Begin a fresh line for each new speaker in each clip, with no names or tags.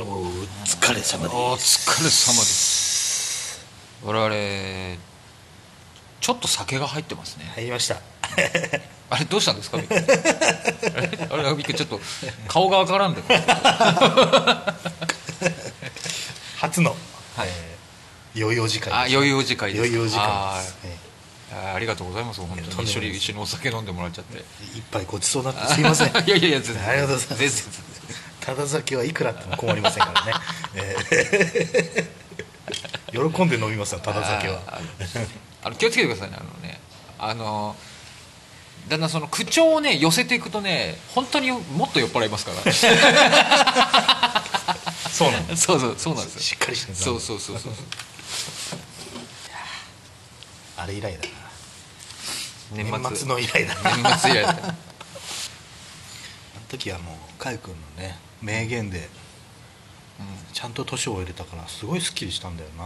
お疲れ様
お
です
疲れ様です我々ちょっと酒が入ってますね、
入りました
あれどうしたんですかびっくりあれあれびっくりちょっと顔がわからんでは
初の
い
余裕時間
あ余裕時間です
余裕時間
あ
です、え
ーあーありがとうございます本当に
いやとんでもない
一緒に一緒にお酒飲んでもらっちゃって
え一杯ごちそうになってすいません
いやいやいや全然
ありがとうございます
全然
ただ酒はいくらあっても困りませんか らね、えー喜んで飲みますよただ酒は
あーあの気をつけてくださいねあのねあのだんだんその口調をね寄せていくとね本当にもっと酔っ払いますか ら
そうなんで
そうそうそうなんです
す
よ
しっかりして
そう
う
そうそうそう
あれ以来だな
年
年
末
末の以来だなあ
年末以来だった
の時はもうカイ君のね名言でちゃんと年を入れたからすごいスッキリしたんだよな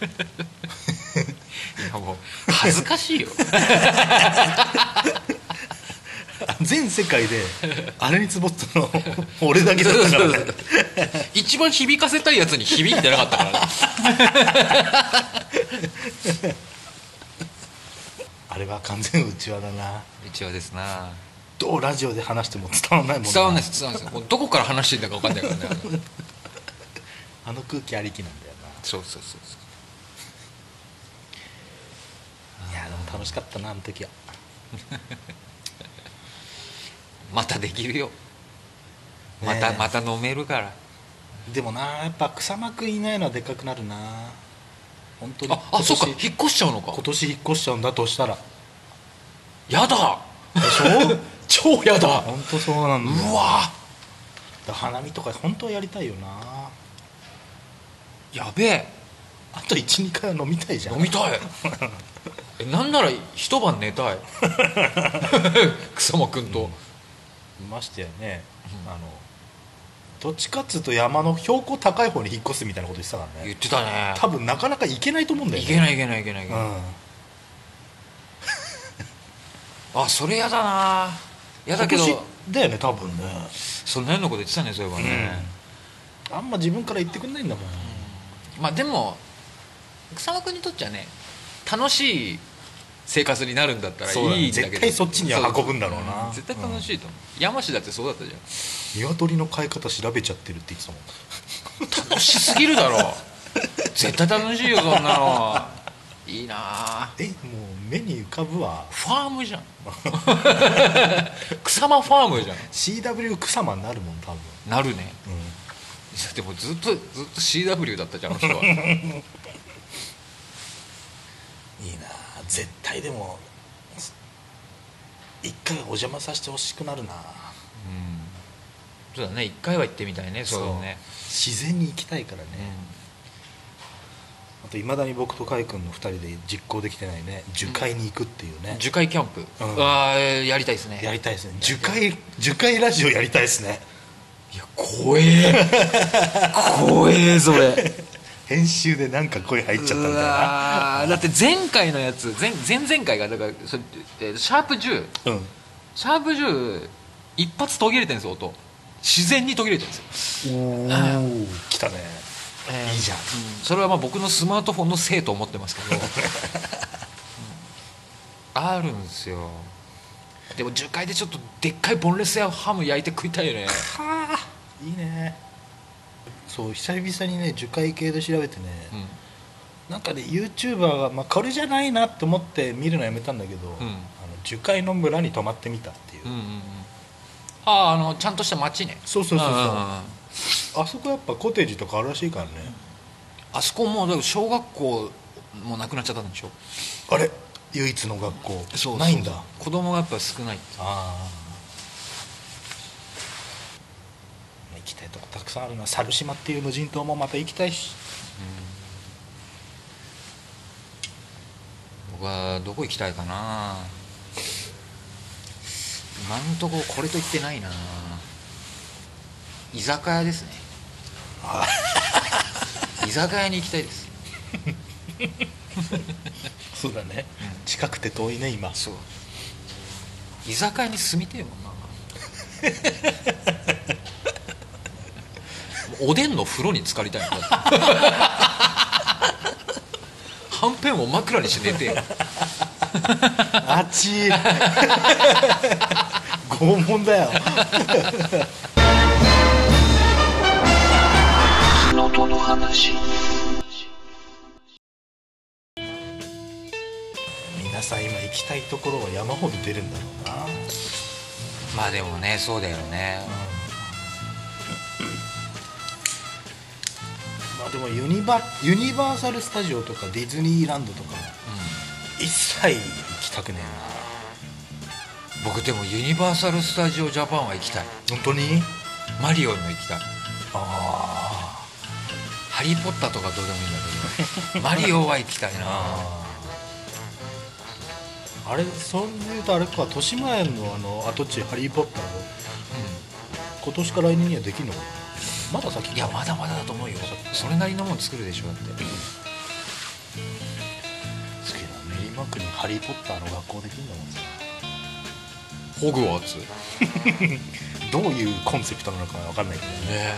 うんいやもう恥ずかしいよ
全世界であれにつぼったの 俺だけだったからね
一番響かせたいやつに響いてなかったからね
あれは完全うちわだな
一応ですな
どうラジオで話しても伝わらないもん
伝わんないです伝わんないですもうどこから話していいんだか分かんないからね
あの空気ありきなんだよ
そうそうそうそう
ないやでも楽しかったなあの時は
またできるよ
え
また、また飲めるから
でもなやっぱ草間くんいないのはでかくなるな本当に
ああ
今年
そっか引っ越しちゃうのか
今年引っ越しちゃうんだとしたら
やだ
で しょ
超やだ
本当そうなんだよ
うわ
だ花見とか本当はやりたいよな
やべえ
あと12回は飲みたいじゃん
飲みた いえなんなら一晩寝 たい草間くんと、
ましてやね、あのどっちかっつうと山の標高高い方に引っ越すみたいなこと言ってたから
言
ね
ってたね
多分なかなか行けないと思うんだよ
い
ね
けないいけないいけないいけない、
う
あそれやだなや
ん
だけど
今年だよね多分ね、
そんなようなこと言ってたねそういえばね、
あんま自分から言ってくんないんだもん、
まあでも草間くんにとっちゃね楽しい生活になるんだったらい
そうだね
いんだけど
絶対そっちには運ぶんだろうな
そ絶対楽しいと思う、山師だってそうだったじゃ
鶏の飼い方調べちゃってるって言ってたもん
ん楽しすぎるだろ 絶対楽しいよそんなのいいなあ
えもう目に浮かぶは
ファームじ ゃん草間ファームじゃ
CW 草間になるもん多分、
んなるね
う
でもずっとずっと CW だったじゃんあの人は
ん、いいな絶対でも一回お邪魔させてほしくなるな
そうだね一回は行ってみたいねそうだね
自然に行きたいからね、あといまだに僕と海君の2人で実行できてないね樹海に行くっていう
うん
ね、
樹海キャンプ、あ
ん
あーやりたいですね
やりたいですね樹海樹海ラジオやりたいですね
いや怖え怖えそ れ
編集でなんか声入っちゃったみたいうな
わーだって前回のやつ前前々回がだからそれえーシャープ10
うん
シャープ10一発途切れてるんですよ音自然に途切れてるんですよ、
おお来たねいいじゃん
うんそれはまあ僕のスマートフォンのせいと思ってます けど、うんあるんですよでも樹海でちょっとでっかいボンレスやハム焼いて食いたいよね
はあいいねそう久々にね樹海系で調べてね、
う
なんかね YouTuber が、まあ、これじゃないなと思って見るのやめたんだけど、あの樹海の村に泊まってみたっていう、
んうんうんうんあああのちゃんとした町ね
そうそうそうそう、
んんん
あそこやっぱコテージとかあるらしいからね、
あそこもうだから小学校もなくなっちゃったんでしょ
あれ唯一の学校ないんだ
子供がやっぱ少ないって
ああ行きたいとこたくさんあるな猿島っていう無人島もまた行きたいし
僕はどこ行きたいかな今んとここれと言ってないな居酒屋ですね居酒屋に行きたいです
そうだね、近くて遠いね今
そう居 酒屋に住みてえもんなおでんの風呂に浸かりたいんだってはんぺんを枕にして寝てよ
あっちい拷問だよ皆さん今行きたいところは山ほど出るんだろうな、
まあでもねそうだよね
まあでもユニバユニバーサル・スタジオとかディズニーランドとか一切行きたくね
僕でもユニバーサル・スタジオ・ジャパンは行きたい
えな本当に
マリオにも行きたい
あ
ハリー・ポッターとかどうでもいいんだけどマリオは行きたいな
ああれそれでいうとあれか豊島園のあの跡地「ハリー・ポッター」今年か来年にはできるのかなまだ先
いやまだまだだと思うよそれなりのもん作るでしょだって
すげえな練馬区に「ハリー・ポッター」の学校できるんだもんね
ホグワーツ
どういうコンセプトなのかわかんないけどね
ね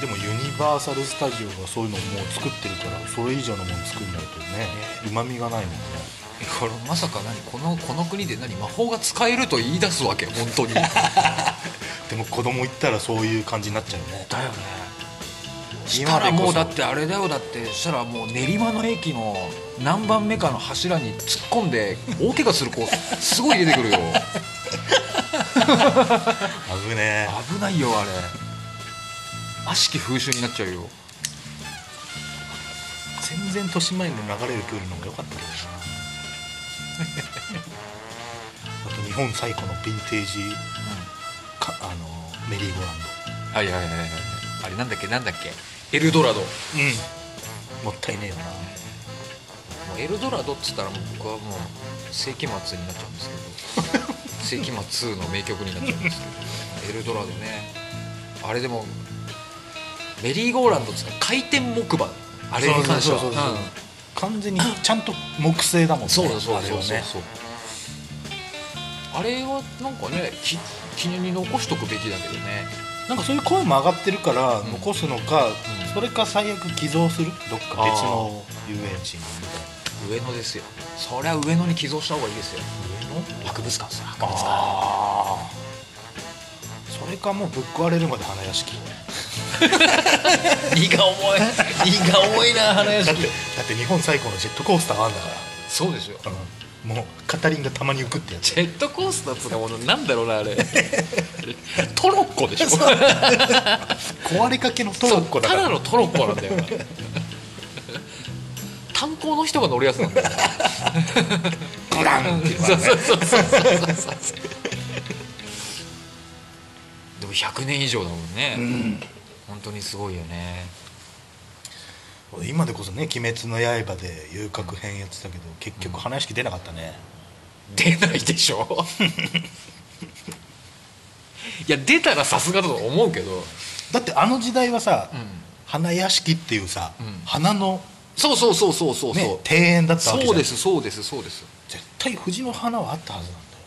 でもユニバーサル・スタジオがそういうのをもう作ってるからそれ以上のもの作んないとねうまみがないもんね
えこれまさか何このこの国で何魔法が使えると言い出すわけ本当に だよね
でも子供行ったらそういう感じになっちゃうね
したらもう
今
だ
でこ
っ
そ
てあれだよだってしたらもう練馬の駅の何番目かの柱に突っ込んで大怪我する子すごい出てく るよ
危ね
危ないよあれ悪しき風習になっちゃうよ
え全然豊島園の流れるプールの方が良かったけどなあと日本最古のヴィンテージかあのメリーゴーランド
はいはいはいはいはいあれなんだっけなんだっけエルドラドも
うんもったいねえよな
うエルドラドっつったらもう僕はもう世紀末になっちゃうんですけど世紀末の名曲になっちゃうんですけどエルドラドねあれでもメリーゴーランドっつったら回転木馬あれに関しては
そうそうそうそう
うん
完全にちゃんと木製だもんね
そうだそうだ
あれは
そう
ね
そうそうあれはなんかねき記念に残しとくべきだけどね
なんかそういう声も上がってるから
ん
残すのか、
ん
それか最悪寄贈するどっか別の遊園地に
上野ですよそりゃ上野に寄贈した方がいいですよ上野博物館さ博物館
ああそれかもうぶっ壊れるまで花屋敷だ
荷が重い荷が重いな花屋
ってだって日本最古のジェットコースターがあんだか
そうですよ
ら、もう片輪がたまに浮くってやつ
ジェットコースターっつうかものなんだろうなあれトロッコでしょ
壊れかけのトロッコだか
そう
ら
ただのトロッコなんだよな炭鉱の人が乗るやつなんだよ
ブランっていうのが
そう
ね
そうそうそうそうそうでも100年以上だもんね、本当にすごいよね
今でこそね「鬼滅の刃」で遊郭編やってたけど結局花屋敷出なかったね、
出ないでしょいや出たらさすがだと思うけど、
だってあの時代はさ、花屋敷っていうさ、
ん
花の、
そうそうそうそうそう
ね
そう、
庭園だったわけじ
そ
ゃ
うんですそうですそうです
絶対藤の花はあったはずなんだよ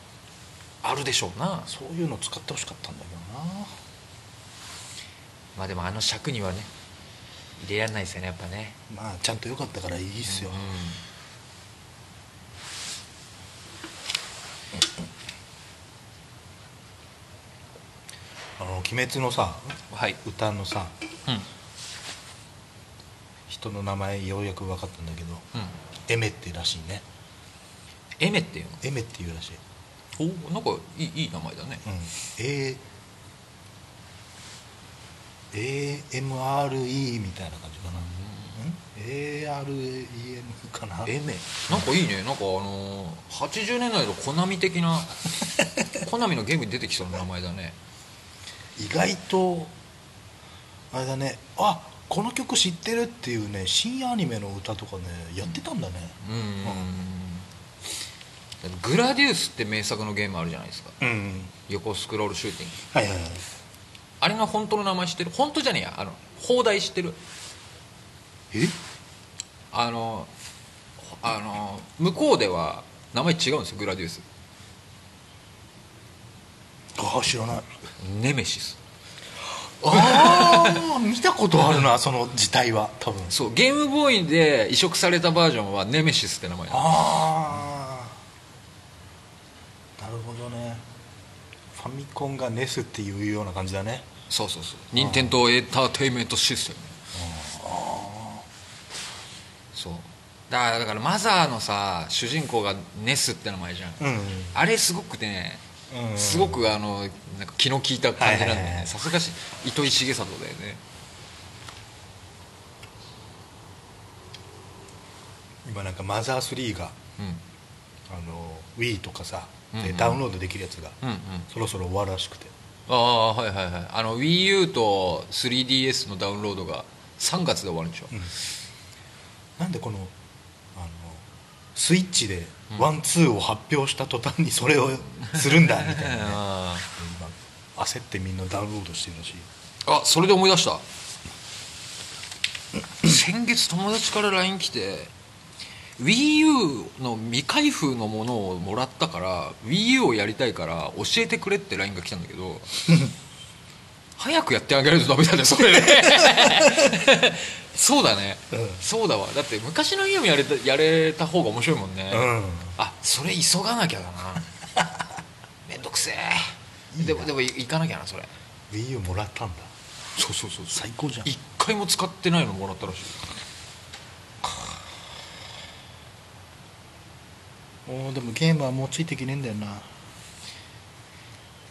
あるでしょうな
そういうの使ってほしかったんだけどな
まあでもあの尺にはね入れられないですよねやっぱね
まあちゃんと良かったからいいっすよ、あの鬼滅のさ
はい、
歌のさ
うん
人の名前ようやく分かったんだけど
うん、
エメってらしいね
エメっていうの
エメっていうらしい、
おなんかいいいい名前だね
うん、A AMRE みたいな感じかな、うん、AREM かな
エメなんかいいねなんかあのー、80年代のコナミ的 なコナミのゲームに出てきそうな名前だね
意外とあれだねあこの曲知ってるっていうね新アニメの歌とかねやってたんだね
うんうんうんグラディウスって名作のゲームあるじゃないですか
うん、
横スクロールシューティング
はいはいはい
あれの本当の名前知ってる本当じゃねえやあの放題知ってる
え
あのあの向こうでは名前違うんですよグラディウス
ああ知らない
ネメシス
ああ見たことあるなその字体は多分
そうゲームボーイで移植されたバージョンはネメシスって名前なの
ああなるほどねファミコンがネスっていうような感じだね
そうそうそう任天堂エンターテインメントシステムそうだからだからマザーのさ主人公がネスって名前じゃん、
うん
あれすごくね、
うん
すごくあのなんか気の利いた感じな
は
んだよ
いはいは
ね
い
さすがし糸井重里だよね
今なんかマザー3が
う
あの Wii とかさ
うんう
で
ん
ダウンロードできるやつが
んうんうん
そろそろ終わるらしくて
ああはいはいはいあの WiiU と 3DS のダウンロードが3月で終わるんでしょ、
うんなんでこのあのスイッチでワンツーを発表した途端にそれをするんだみたい なね
あ
今焦ってみんなダウンロードしてるらしい
あそれで思い出した先月友達から LINE 来て WiiU の未開封のものをもらったから WiiU をやりたいから教えてくれって LINE が来たんだけ ど早くやってあげないとダメだねそれねそうだね、
うん
そうだわだって昔のゲームやれたやれた方が面白いもんね、
うん
あそれ急がなきゃだ なめんどくせえでもでも行かなきゃなそれ
Wii U もらったんだ
そうそうそう
最高じゃん
一回も使ってないのもらったらしい
おーでもゲームはもうついてきねえんだよな、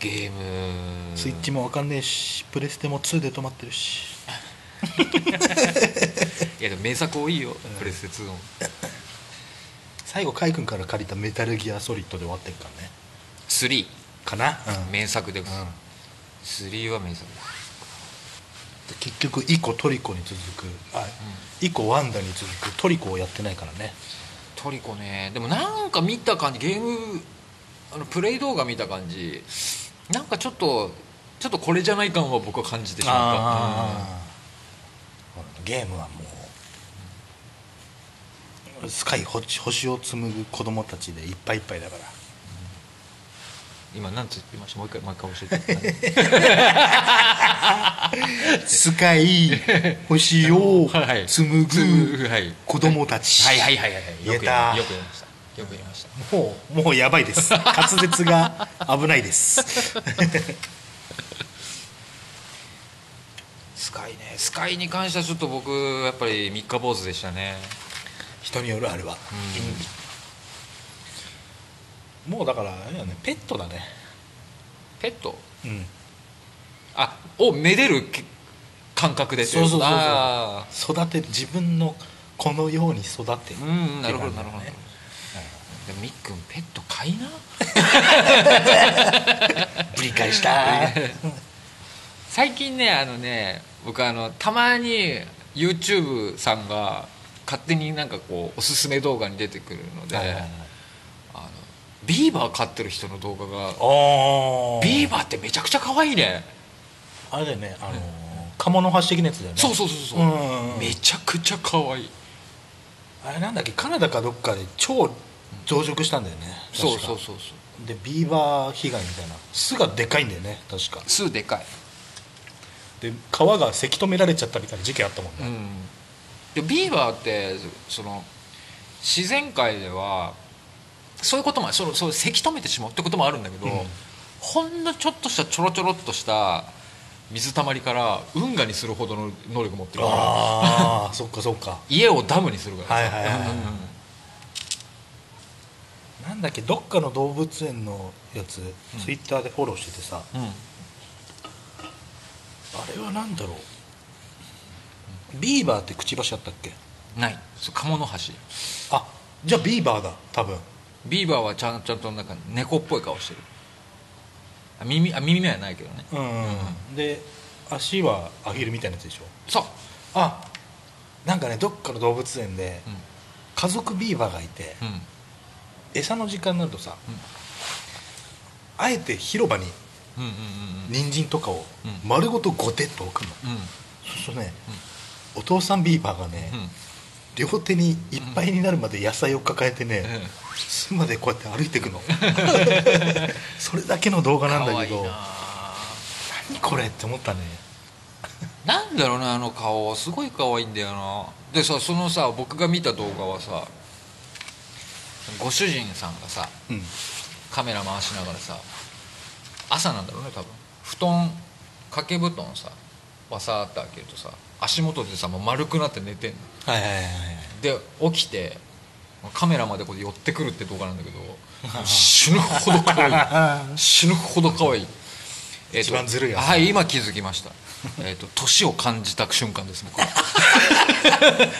ゲーム
スイッチもわかんねえしプレステも2で止まってるし
いやでも名作多いよ、プレステ2の
最後カイ君から借りたメタルギアソリッドで終わってるからね
3
かな、うん
名作です、
うん
3は名作です
で結局1個トリコに続くあ、1個ワンダに続くトリコをやってないからね
トリコねでもなんか見た感じゲームあのプレイ動画見た感じなんかちょっとちょっとこれじゃない感は僕は感じてしまった
あーゲームはもうスカイ星星を紡ぐ子供たちでいっぱいいっぱいだから
うん今なんつってましたもう一回もう一回教えて
スカイ星を
はい
紡
紡ぐ
ぐ
はい
子供たち
はいはいはいはいはい
言え
よく
た
やよくやりましたよくやりました
もうもうやばいです滑舌が危ない です
スカイねスカイに関してはちょっと僕やっぱり三日坊主でしたね
人によるあれは、もうだからあれだよねペットだね
ペット
うん
あをめでるけ感覚でって
そうそうそう
あ
そう育てる自分のこのように育てる
ーうんなるほどなるほど、
ね
でもみっくんペット飼いな
ぶり返 した
最近ねあのね僕あのたまに YouTube さんが勝手になんかこうおすすめ動画に出てくるので、
はいはいはい
あのビーバー飼ってる人の動画が
あ
ビ
ビ
ーバーってめちゃくちゃ可愛いね
あれだよねあのー鴨の橋的なやつだよね
そうそうそうそう
うんうんうん
めちゃくちゃ可愛い
あれなんだっけカナダかどっかで超増殖したんだよね
そうそう
う
そうそう
でビーバー被害みたいな巣がでかいんだよね確か
巣でかい
で川がせき止められちゃったみたいな事件あったもんね、
でビーバーってその自然界ではそういうこともそのそうせき止めてしまうってこともあるんだけど、
うん
ほんのちょっとしたちょろちょろっとした水たまりから運河にするほどの能力持ってるから
ああそっかそっか
家をダムにするから
は
さ
いはいはいはいなんだっけどっかの動物園のやつ、ツイッターでフォローしててさ
うんうんうん
あれは何だろうビーバーってくちばしあったっけ
ないそう鴨の橋
あじゃあビーバーだ多分
ビーバーはちゃんちゃんとなんか猫っぽい顔してるあ耳あ耳目はないけどね
うんで足はアヒルみたいなやつでしょ
そう
あなんかねどっかの動物園で家族ビーバーがいて、
うんうん
餌の時間になるとさ、
ん
あえて広場に
うんうん
人参とかを
うん
丸ごとゴテッと置くの、
うんうん
そうするとね、お父さんビーバーがね、
うん
両手にいっぱいになるまで野菜を抱えてね、
うん
巣までこうやって歩いていく の それだけの動画なんだけど
可愛いな
何これって思ったね
なんだろうねあの顔はすごい可愛いんだよなでさそのさ僕が見た動画はさご主人さんがさ
うん
カメラ回しながらさ朝なんだろうね多分布団掛け布団をさわさーって開けるとさ足元でさもう丸くなって寝てんの
はいはいはいはい
で起きてカメラまでこう寄ってくるって動画なんだけどもう死ぬほど可 愛い死ぬほど可愛いえーと
一番ずるいやつ
はい今気づきましたえっと年を感じた瞬間です 僕は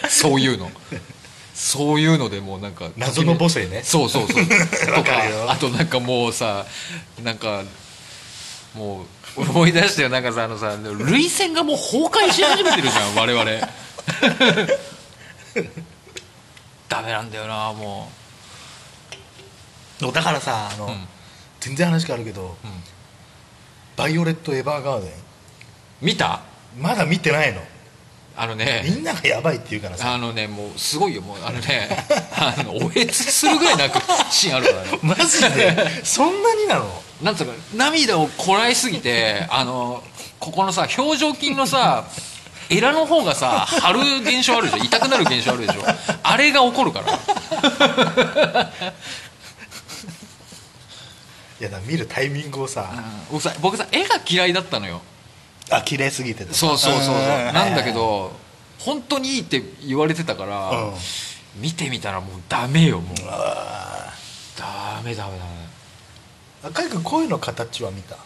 そういうのそういうのでもうなんか
謎の母性ね
そうそうそうと
わ
か
かるよ
あとなんかもうさなんかもう思い出してよなんかさあのさ涙腺がもう崩壊し始めてるじゃん我々 ダメなんだよなも
だからさあの、
うん
全然話変わるけど、
う、
バイオレット・エヴァーガーデン
見た
まだ見てないの
あの
み
ね
んながやばいって言うから さ
あのねもうすごいよもうあのねあのおえつするぐらい泣くシーンあるからね
マジでそんなになの
なんつうか涙をこらえすぎ てあのここのさ表情筋のさエラの方がさ張る現象あるでしょ痛くなる現象あるでしょあれが起こるから
いやだ見るタイミングをさ、
僕さ僕さ絵が嫌いだったのよ
あ綺麗すぎてと
そうそうそうそう
うん
なんだけど本当にいいって言われてたから、
うん
見てみたらもうダメよもう
あ
ダメダメダメ
ー赤井君声の形は見た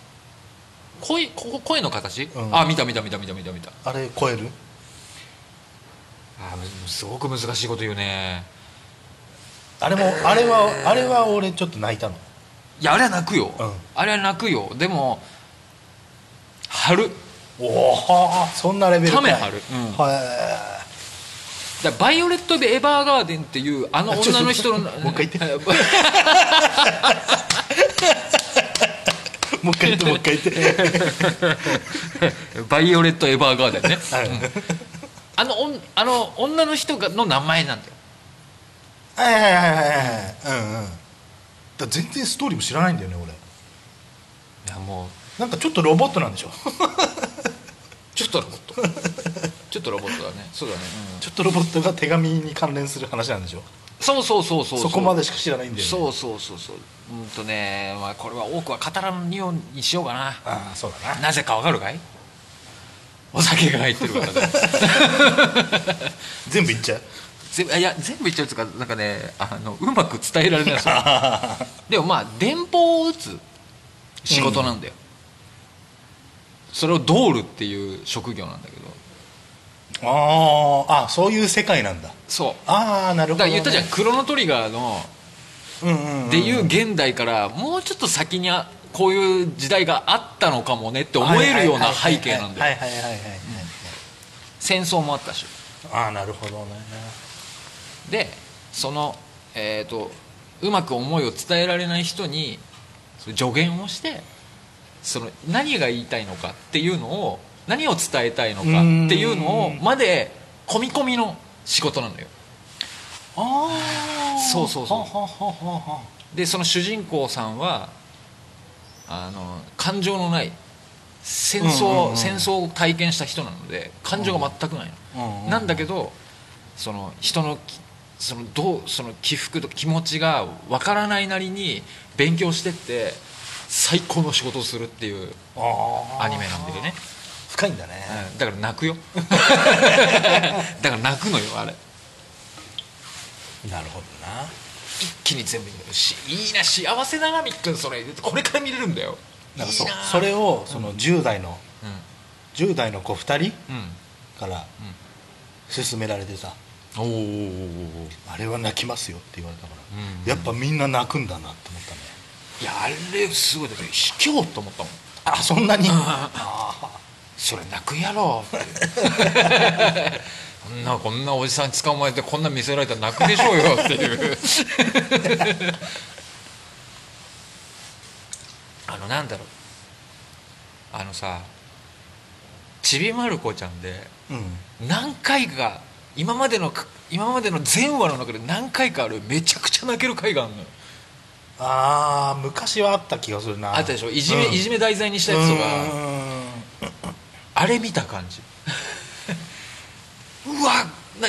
声ここ声の形、
うん
あ見た見た見た見た見た見た
あれ超える
あむすごく難しいこと言うね
あれもあれはあれは俺ちょっと泣いたの
いやあれは泣くよ、
うん
あれは泣くよでも張る
おおそんなレベルか
ため張るうん
は
だからバイオレット・エヴァーガーデンっていうあの
あちょ
女の人の
ちょもう一回言いもう一回言ってもう一回言っ て
バイオレット・エヴァーガーデンね、
はい
うんあのおんあの女の人がの名前なんだよ
はいはいはいはいはいうんうんだから全然ストーリーも知らないんだよね俺
いやもう
なんかちょっとロボットなんでしょ
ちょっとロボットちょっとロボットだねそうだね、うん
ちょっとロボットが手紙に関連する話なんでしょ
そうそうそうそう
そこまでしか知らないんだよね
そうそうそうそううんとね、まあ、これは多くは語らんようにしようかな
ああそうだな
なぜかわかるかいお酒が入ってるから だ
全部いっちゃう
全部いや全部言っちゃうとかなんかねあのうまく伝えられない それでもまあ電報を打つ仕事なんだよ、それをドールっていう職業なんだけど
あーあそういう世界なんだ
そう
ああなるほど、
だから
ね、
言ったじゃん「クロノトリガーの」
うんうんうん
っていう現代からもうちょっと先にあこういう時代があったのかもねって思えるような背景なんだ
は
よ
いはいはいはいはいはいはい
戦争もあったし
ああなるほどね
でその、えー、とうまく思いを伝えられない人にその助言をしてその何が言いたいのかっていうのを何を伝えたいのかっていうのを
うん
まで込み込みの仕事なのよ
ああ
そうそうそう
はははは
でその主人公さんはあの感情のない戦争、
うんうんうん
戦争を体験した人なので感情が全くないの、
は
なんだけ
ど
どその人のきそのどうその起伏と気持ちがわからないなりに勉強してって最高の仕事をするっていうアニメなんだよね、
深いんだね、
うんだから 泣くよだから泣くのよあれ
なるほどな
一気に全部見れるしいいな幸せだなみっくんそれこれから見れるんだよ
なんかそう
いいな
それをその10代の、10代の子2人
うんうん
から勧められてさ
おお
あれは泣きますよって言われたから、
うんうん
やっぱみんな泣くんだなって思ったね
いやあれすごいだって卑怯と思 ったもん
あそんな に
それ泣くやろ こんなこんなおじさん捕まえてこんな見せられたら泣くでしょうよっていう あのなんだろうあのさちびまる子ちゃんで
うん
何回か今までのか今までの全話の中で何回かあるめちゃくちゃ泣ける回があるのよ
ああ昔はあった気がするな
あったでしょいじめ,、
うん
いじめ題材にしたやつとか
うん
ああれ見た感じ うわな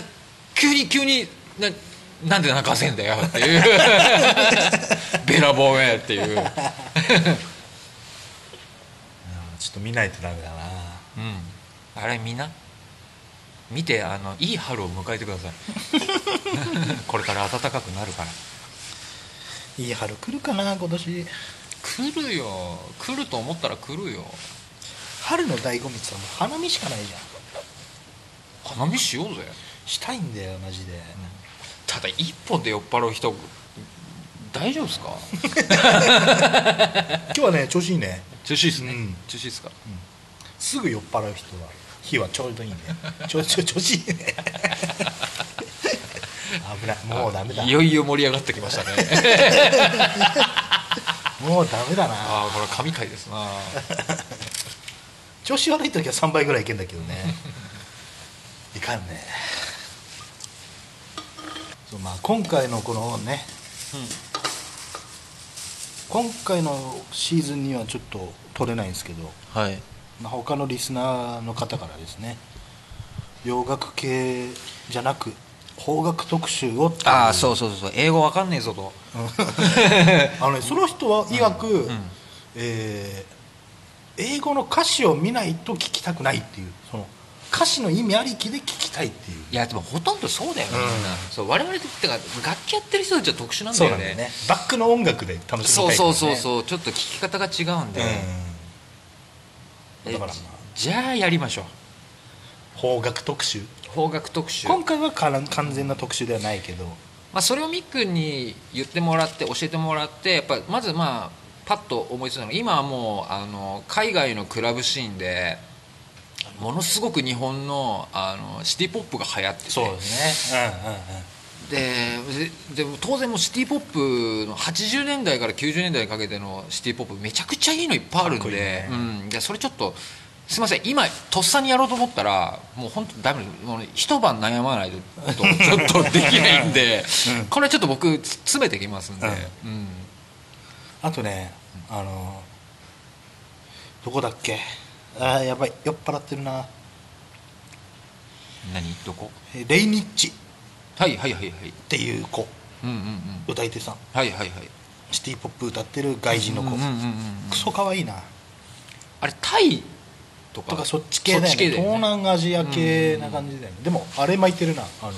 急に急にななんで泣かせんだよって いうべらぼうめっていう、うん、
ちょっと見ないとダメだな
あれみんな見てあのいい春を迎えてくだ さいこれから暖かくなるから
いい春来るかな今年
来るよ来ると思ったら来るよ
春の醍醐味ってさもう花見しかないじゃん
花見しようぜ
したいんだよマジで、
ただ一本で酔っ払う人大丈夫 ですか
今日はね調子いいね
中止ですね、
うん
中止ですか
すぐ酔っ払う人は日はちょうどいいねちょちょ調子いいね危ないもうダメだ
いよいよ盛り上がってきましたね
もうダメだな
ああこれ神回ですな
調子悪い時は3倍ぐらいいけんだけどねいかんねそう、まあ、今回のこのね、今回のシーズンにはちょっと取れないんですけど、
はい
まあ、他のリスナーの方からですね洋楽系じゃなく邦楽特集をっていう
ああそうそうそうそう英語わかんねえぞと
あのね、その人は曰く、えー英語の歌詞を見ないと聞きたくないっていうその歌詞の意味ありきで聞きたいっていう
いやでもほとんどそうだよね、みんなそう我々ってか楽器やってる人たちは特殊なんだ
そうな
よ
んだ
ね
よねバックの音楽で楽しみ
そ
た
う
いからね、
そうそうそうちょっと聞き方が違うんで、
うん、だからまあ
じゃあやりましょう
邦楽特集
邦楽特集
今回はから完全な特集ではないけど
まあ、それをみっくんに言ってもらって教えてもらってやっぱまずまあパッと思いついたのが今はもうあの海外のクラブシーンでものすごく日本のあのシティ・ポップが流行ってて
すねうんうんうん
ででも当然もうシティ・ポップの80年代から90年代にかけてのシティ・ポップめちゃくちゃいいのいっぱいあるん
かっこ
で
いいね
うん、でそれちょっとすいません今とっさにやろうと思ったらもう本当ダメですもう一晩悩まないとちょっとできないんで、 これはちょっと僕つ詰めてきますんで、うん
あとねあのどこだっけあーやばい酔っ払ってるな
何どこ
えレイニッチっ
はいはいはいはい
ていう子
うんうんうん
歌い手さん
はいはいはい
シティポップ歌ってる外人の子、
うんうんうんうん
クソ可愛いな
あれタイとか
とかそっち系だよね
そっち系だよね
東南アジア系な感じだよね、でもあれ巻いてるなあの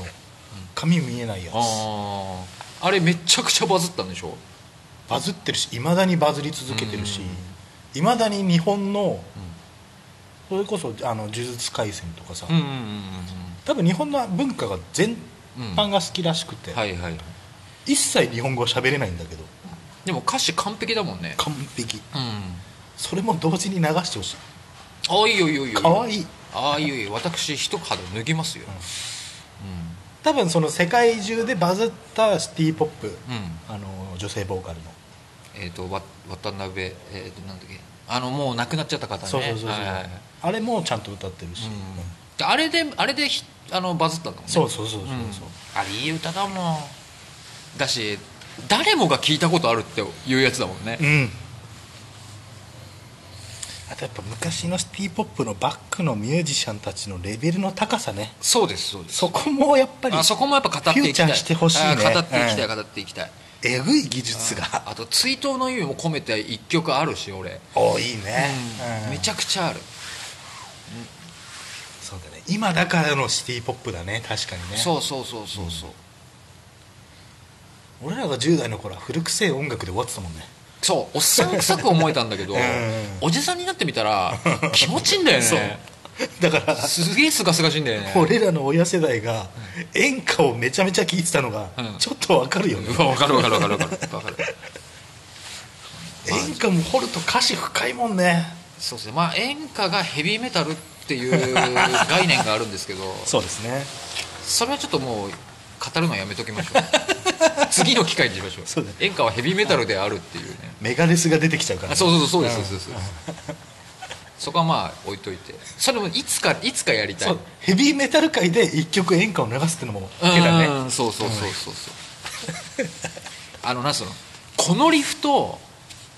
髪見えないやつ
あーあれめちゃくちゃバズったんでしょ
バズってるしいまだにバズり続けてるしいま、未だに日本の、それこそあの呪術廻戦とかさ、
うんうんうんうん
多分日本の文化が全般が好きらしくて、
うんはいはいはい
一切日本語は喋れないんだけど
でも歌詞完璧だもんね
完璧
うん
それも同時に流してほしい
ああいいよいいよいいよ
可愛い
ああいいよいいよ私一肌脱ぎますよ
多分その世界中でバズったシティ・ポップ、
うん、
あの女性ボーカルの
えっ、とわ渡辺えっ、となんだっけあのもう亡くなっちゃった方ね
そうそうそうそう、
はいはいはい
あれもちゃんと歌ってるし、
であれであれでひあのバズったんだもんね
そうそうそうそうう、
んあれいい歌だもんだし誰もが聞いたことあるっていうやつだもんね、
うんあとやっぱ昔のシティ・ポップのバックのミュージシャンたちのレベルの高さね
そうですそうです
そこもやっぱり
あそこもやっぱ語っていきた
フューチャー
い
してほしいね
あ語っていきたい、
うん
語っていきたい
えぐい技術が
あと追悼の意味も込めて一曲あるし俺、
おいいね、うん
めちゃくちゃある、
そうだね今だからのシティ・ポップだね確かにね
そうそうそうそうそう、
俺らが10代の頃は古くせえ音楽で終わってたもんね
そうおっさん臭く思えたんだけど、
うん
おじさんになってみたら気持ちいいんだよ
そう
ね
だから
すげえすがすがしいんだよね
俺らの親世代が演歌をめちゃめちゃ聴いてたのが
うん
ちょっとわかるよね、
うわ分かる分かる分かる分かる分かる
演歌も掘ると歌詞深いもんね
そうですねまあ演歌がヘビーメタルっていう概念があるんですけど
そうですね
それはちょっともう語るのやめときま しょう次の機会にしましょう
そうだね
演歌はヘビーメタルであるっていうね
メガレスが出てきちゃうから、
あ
ね、
そうそうそうそうですそうですそうですそこはまあ置いといてそれもいつかいつかやりたい
そうヘビーメタル界で一曲演歌を流すってのも手だね
うんそうそうそうそうそうあのなんすのこのリフと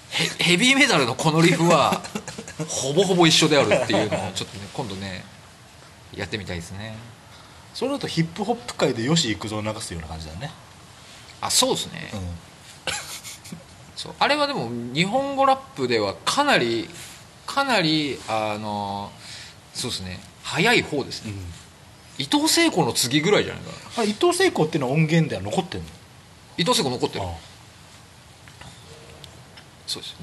ヘヘビーメタルのこのリフはほぼほぼ一緒であるっていうのをちょっとね今度ねやってみたいですね
それだとヒップホップ界でよし行くぞを流すような感じだね、
あそうですね、
うん、
そうあれはでも日本語ラップではかなりかなりあのそうですね早い方ですね、伊藤聖子の次ぐらいじゃないかな
あれ伊藤聖子っていうのは音源では残ってんの
伊藤聖子残ってる
あ
そうです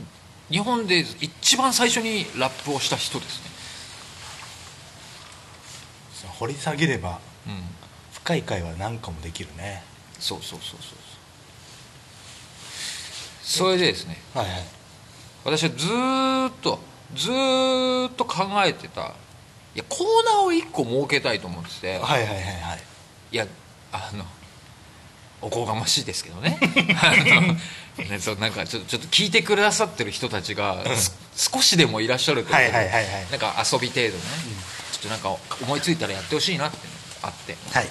日本で一番最初にラップをした人ですね
あ掘り下げれば
うん
深い会話なんかもできるね
そうそうそうそうそうそれでですね
はいはい
私はずーっとずーっと考えてたいやコーナーを1個設けたいと思ってて
はいはいはいはい
いやあのおこがましいですけ どねあのねそうなんかちょっとちょっと聞いてくださってる人たちがす少しでもいらっしゃるってことで、
はいはいはいはい
なんか遊び程度ね、ちょっとなんか思いついたらやってほしいなってあって
はい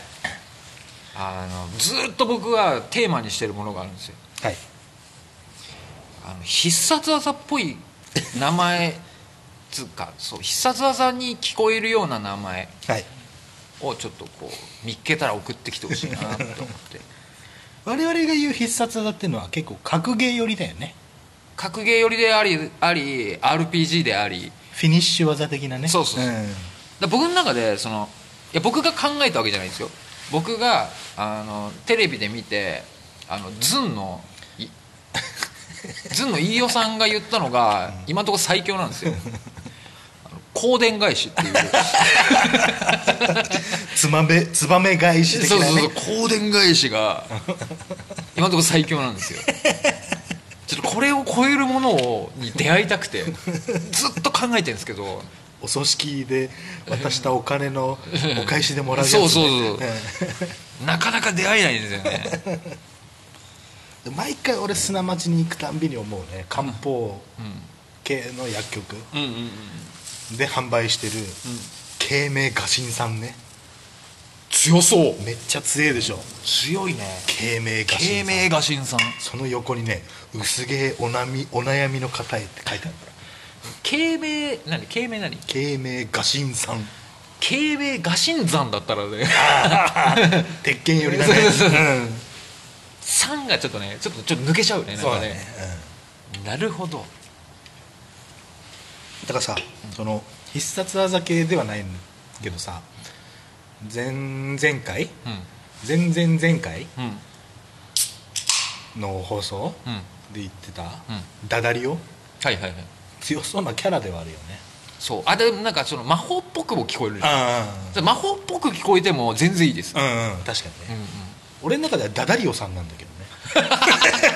あのずーっと僕がテーマにしてるものがあるんですよ
はい
あの必殺技っぽい名前つうかそう必殺技に聞こえるような名前
はい
をちょっとこう見っけたら送ってきてほしいなと思って
我々が言う必殺技っていうのは結構格ゲー寄りだよね
格ゲー寄りでありあり RPG であり
フィニッシュ技的なね
そうそうそうんだ僕の中でそのいや僕が考えたわけじゃないんですよ僕があのテレビで見てあのズンのい ズンの飯尾さんが言ったのが今のところ最強なんですよあの香典返しっていう
つまめつばめ返し的
そう
なね
そうそう香典返しが今のところ最強なんですよちょっとこれを超えるものをに出会いたくてずっと考えてるんですけど
お葬式で渡したお金のお返しでもらうやつ、
そうそうそう
うん
なかなか出会えないんですよね
毎回俺砂町に行くたんびに思うね漢方系の薬局
うんうんうん
で販売してる慶明家臣さんね
強そう
めっちゃ強いでしょ
強いね
慶明家
慶
臣さん
明が新さん
その横にね「薄毛おなみお悩みの方へ」って書いてあるから
慶明何慶明何
慶明家臣さ ん
慶明が新山だったらね
鉄拳よりだね
そうそうそう
うん
山がちょっとねちょっとちょっと抜けちゃうねなん
そう
か
だ
ね
ね、
なるほど
うんだからさその必殺技系ではないんだけどさ前々回
う
前々前回
んうん
の放送
うん
で言ってた、
う
ダダリオ
はいはいはい
強そうなキャラではあるよね
そうあでもなんかその魔法っぽくも聞こえるじゃん
あ
魔法っぽく聞こえても全然いいです、
うんうん確かに
う
ね、
んうん、
俺の中ではダダリオさんなんだけどね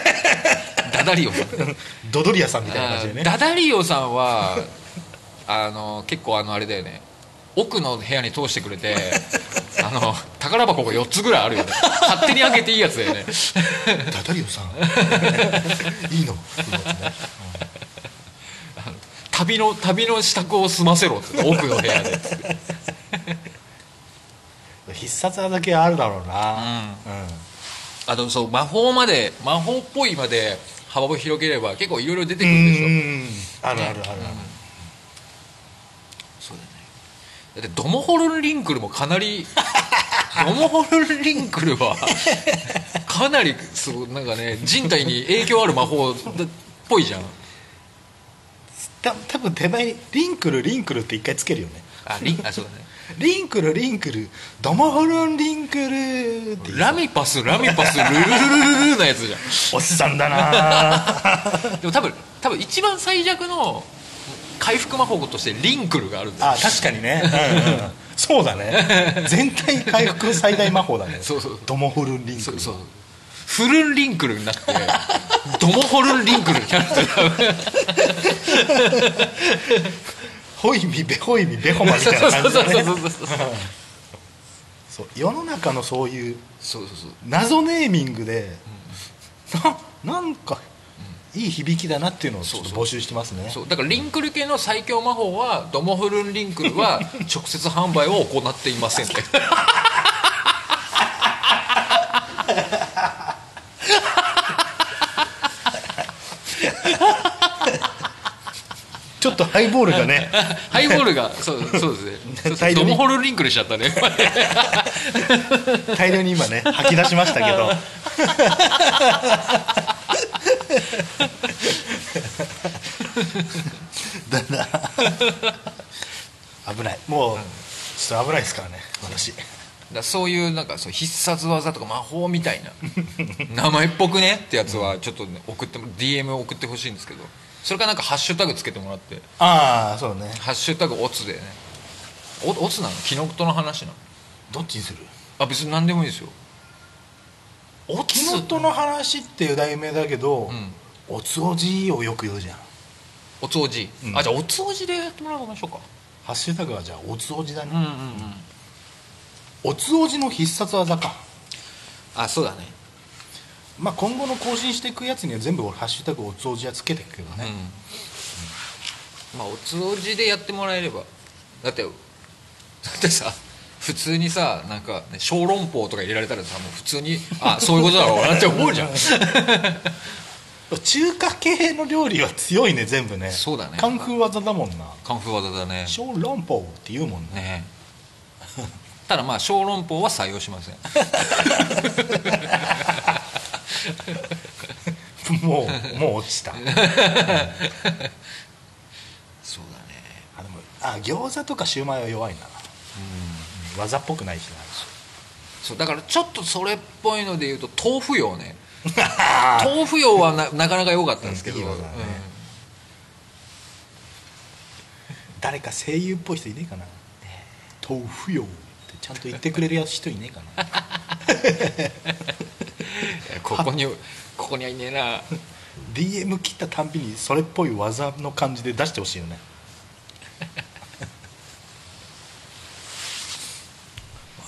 ダダリオさん
ドドリアさんみたいな感じでね
ダダリオさん はあの結構あのあれだよね奥の部屋に通してくれて あの宝箱が4つぐらいあるよね勝手に開けていいやつだよね
ダダリオさんいいの
旅の旅の支度を済ませろっつって奥の部屋で
必殺技系あるだろうなうん、
あとそう魔法まで魔法っぽいまで幅を広げれば結構いろいろ出て
う
くるでしょ
ん、あるあるあるある、
そうだねだってドモホルンリンクルもかなりドモホルンリンクルはかなりすごいなんかね人体に影響ある魔法っぽいじゃん
た多分手前にリンクルリンクルって一回つけるよね
あリンあそうだね
リンクルリンクルドモホルンリンクルって
ラミパスラミパスルルルルルルなやつじゃ
おっさんだ な
んでも多分多分一番最弱の回復魔法としてリンクルがあるんだよ
あ確かにね、うんうん、そうだね全体回復最大魔法だね
そうそう
ドモホルンリンクル
そうそうフルンリンクルになってドモホルンリンクルになるんだよ
ホイミベホイミベホマみたいな感じだ
そうそう
ね
そうそうそう
そう世の中のそういう
そうそうそう
謎ネーミングで、ななんかいい響きだなっていうのをちょっと
そうそう
募集してますね
そうだからリンクル系の最強魔法はドモフルンリンクル は直接販売を行っていませんって
ちょっとハイボールが ね
ハイボールがそうそうですねそう
大量
ド
に
ムホールリンクにしちゃったね
大量に今ね吐き出しましたけど だんだん危ないもうちょっと危ないですからね私
だそういうなんかそう必殺技とか魔法みたいな名前っぽくねってやつはちょっとね送っても DM 送ってほしいんですけどそれかなんかハッシュタグつけてもらって
ああそうね
「ハッシュタグオツ」でねおオツなのキノコとの話なの
どっちにする
あ別に何でもいいですよオ
「キ
ツ
ノトの話」っていう題名だけど、
ん
おつおじをよく言うじゃん
おつおじ、
うん
あじゃあおつおじでやってもらいましょうか
ハッシュタグはじゃあおつおじだね、
うんうんうん
おつおじの必殺技か
あそうだね
まあ今後の更新していくやつには全部俺ハッシュタグおつおじはつけていくけどね、
まあおつおじでやってもらえればだってだ ってさ普通にさなんか、ね、小籠包とか入れられたらさもう普通にあそういうことだろうなって思う じゃん
中華系の料理は強いね全部ね
そうだね
カンフー技だもんな
カンフー技だね
小籠包って言う もんね
ねただまあ小籠包は採用しません
もうもう落ちたあ
そうだね
でもあ餃子とかシューマイは弱いな、うん技っぽくないし
そうだからちょっとそれっぽいので言うと豆腐用 ね
な
豆腐用はななかなか良かったんですけど、
いい技だね誰か声優っぽい人いねえかな豆腐よってちゃんと言ってくれる人いねえか な
うんここにここにはいねえ な
DM 切ったたんびにそれっぽい技の感じで出してほしいよね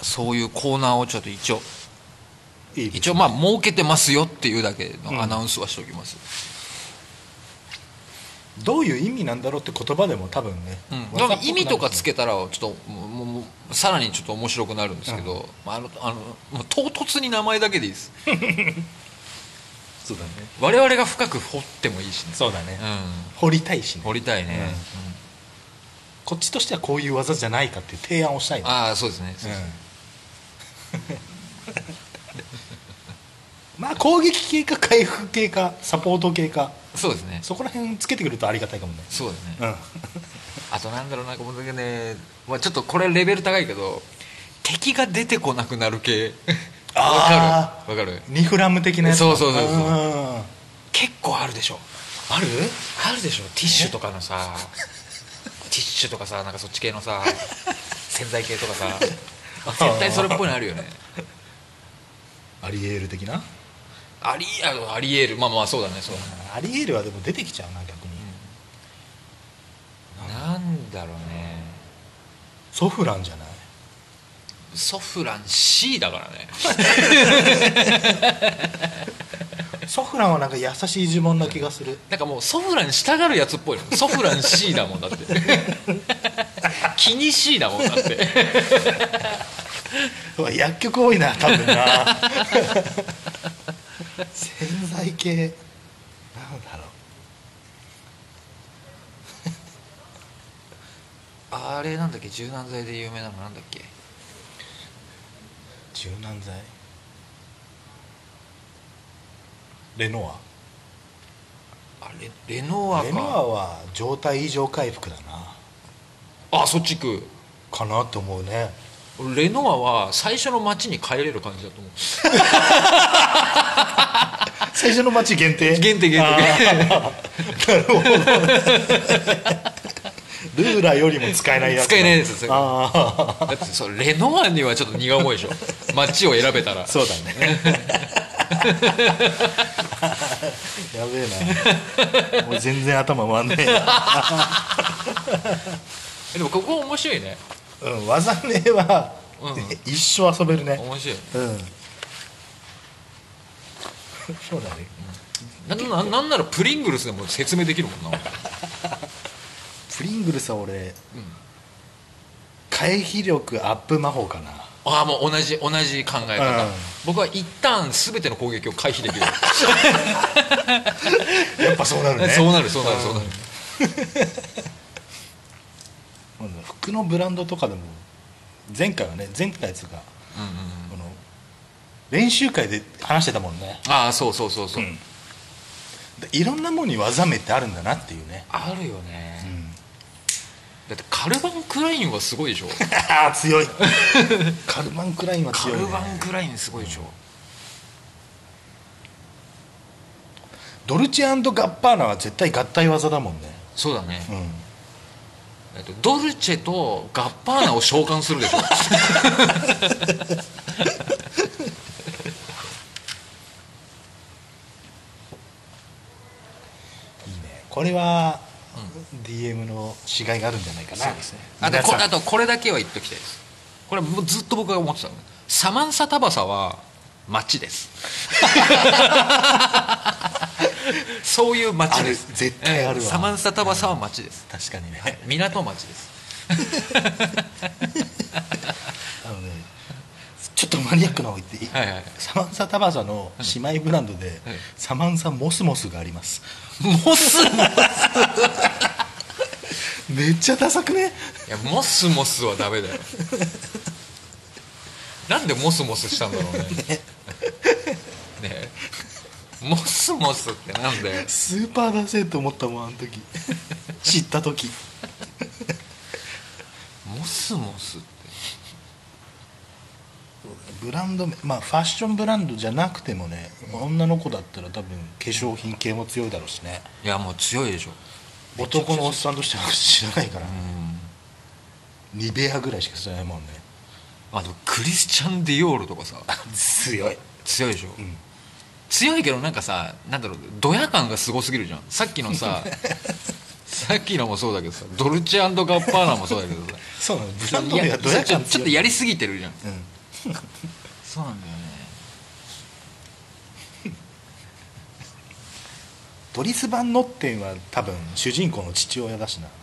そういうコーナーをちょっと一応
いい
一応まあ儲けてますよっていうだけのアナウンスはしておきます、
どういう意味なんだろうって言葉でも多分ね、
う
技っ
ん
ぽくなる
意味とかつけたらちょっともうもうもうさらにちょっと面白くなるんですけど、まあ、あのあのもう唐突に名前だけでいいです
そうだね
我々が深く掘ってもいいしね、
そうだね、
う
掘りたいし
ん、
ね
掘りたいね、
うん
うん
こっちとしてはこういう技じゃないかっていう提案をしたいね
ああそうですね、そう
う
ですね
ん まあ攻撃系か回復系かサポート系か
そうですね
そこら辺つけてくるとありがたいかもね
そうだ
う
ね、
ん
あとなんだろうなごめんなさいね、まあ、ちょっとこれレベル高いけど敵が出てこなくなる系わ
あ
かるわかる
ニフラム的なやつ
そうそうそうそうん
んうん
結構あるでしょ
ある
あるでしょティッシュとかのさティッシュとかさなんかそっち系のさ洗剤系とかさ絶対それっぽいのあるよね
アリエール的な
ありあありえるまあまあそうだねそうだね
アリエールはでも出てきちゃうな逆に
なんだろうね
ソフランじゃない
ソフラン C だからね
ソフランはなんか優しい呪文な気がする
なんかもうソフランしたがるやつっぽいのソフラン C だもん だって気に C だもんだって
うわ薬局多いな多分な 洗剤系なんだろ
あれなんだっけ柔軟剤で有名なのなんだっけ
う柔軟剤レノ
あれレノ
ア
ア
レ
か
ノアは状態異常回復だな
あそっち行く
かなって思うね
レノアは最初の街に帰れる感じだと思う
最初の街限定
限定限定
あーなるほど ルーラーよりも使えないやつ
使えないやつです
あ
だってそうレノアにはちょっと荷が重いでしょ街を選べた ら
あそうだねやべえなもう全然頭回んねえな
でもここ面白いね
うん技名は、
うん
一生遊べるね
面白い
うんそうだね
なななんならプリングルスでも説明できるもんな
プリングルスは俺、回避力アップ魔法かな
ああもう同じ同じ考え方、
うん
僕は一旦全ての攻撃を回避 できる、
やっぱそうなるね
そうなるそうなるそうなる
服のブランドとかでも前回はね前回ですが
うんうん
この練習会で話してたもんね、
ああそうそうそうそう、
うんでいろんなものに技名ってあるんだなっていうね、
あるよね、
うん、
だってカルバンクラインはすごいでしょ
あ ー 強いカルバンクラインは
カ
強い、
ル
ね、
バンクラインすごいでしょ、
ドルチェガッパーナは絶対合体技だもんね、
そうだね、
うん、
えっとドルチェとガッパーナを召喚するでしょ
いいねこれは、DM のしがいがあるんじゃないかな
あと
皆
こ
さん
あとこれだけは言っときたいですこれもうずっと僕が思ってたのサマンサタバサは街です そういう街です
ある絶対あるわ
ええサマンサタバサは街です、
確かにね、
はい、港町です
あのねちょっとマニアックな方言っていい、
はいはい
サマンサタバサの姉妹ブランドで、サマンサモスモスがあります
モス
めっちゃダサくね
いやモスモスはダメだよなんでモスモスしたんだろ うねねえモスモスってなんだよ
スーパーダセえと思ったもんあの 時知った時
モスモスって
ブランド名まあファッションブランドじゃなくてもね女の子だったら多分化粧品系も強いだろうしね
いやもう強いでしょ
男のおっさんとしては知らないから、ニベアぐらいしか知らないもんね
あでもクリスチャン・ディオールとかさ
強い
強いでしょ、
ん
強いけどなんかさなんだろうドヤ感がすごすぎるじゃんさっき のささっきのもそうだけどさドルチェガッパーナもそうだけどさ
そうなのブランド名がドヤ
ちょ
感強い
ちょっとやりすぎてるじゃん
うん
そうなんだよね
ドリスバン・ノッテンは多分主人公の父親だしな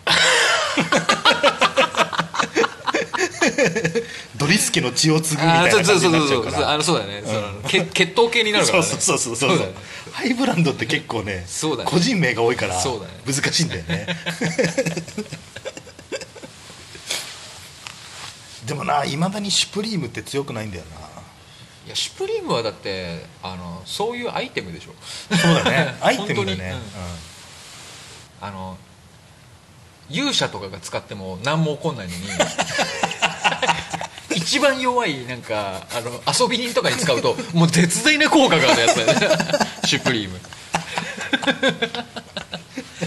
ドリス家の血を継ぐみ
あ
たい
ーそう
な
そ
感じに
うそう
なっちゃ
そうう
か
そうあ
ら
のそうだね、そのけ血統系になるか
そう
らね
そうそうそうそう
だね
ハイブランドって結構ね
そうだね
個人名が多いから
そうだね
難しいんだよ ねでもないまだにシュプリームって強くないんだよ
いやシュプリームはだってあのそういうアイテムでしょ
なそうだ ねアイテムだね、
本あの勇者とかが使っても何も起こんない のに一番弱いなんかあの遊び人とかに使うともう絶大な効果があるやつだ よねシュプリーム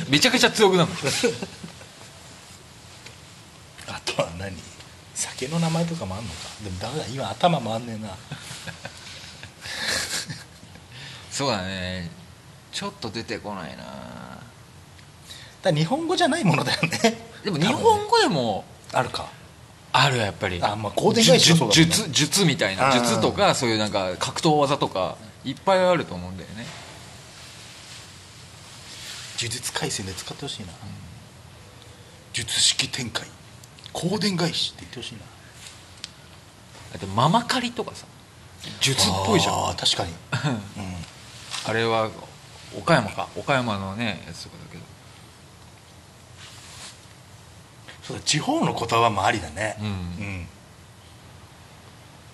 めちゃくちゃ強くなるの
うんあとは何酒の名前とかもあんのかでもダメだ今頭回んねえな
そうだねちょっと出てこないな
だから日本語じゃないものだよね
でも日本語でも
あるか
あるやっぱり
あまあ公電会社
術
そうだもんね
術術みたい
あ
な
ー
術とかそういうなんか格闘技とかいっぱいあると思うんだよね
呪術廻戦で使ってほしいな、術式展開光電返しって言ってほしいな
だってママ狩りとかさ術っぽいじゃん
あー確かに、うん、
あれは岡山か岡山のねやつとかだけど
そうだ地方の言葉もありだね
うん
ん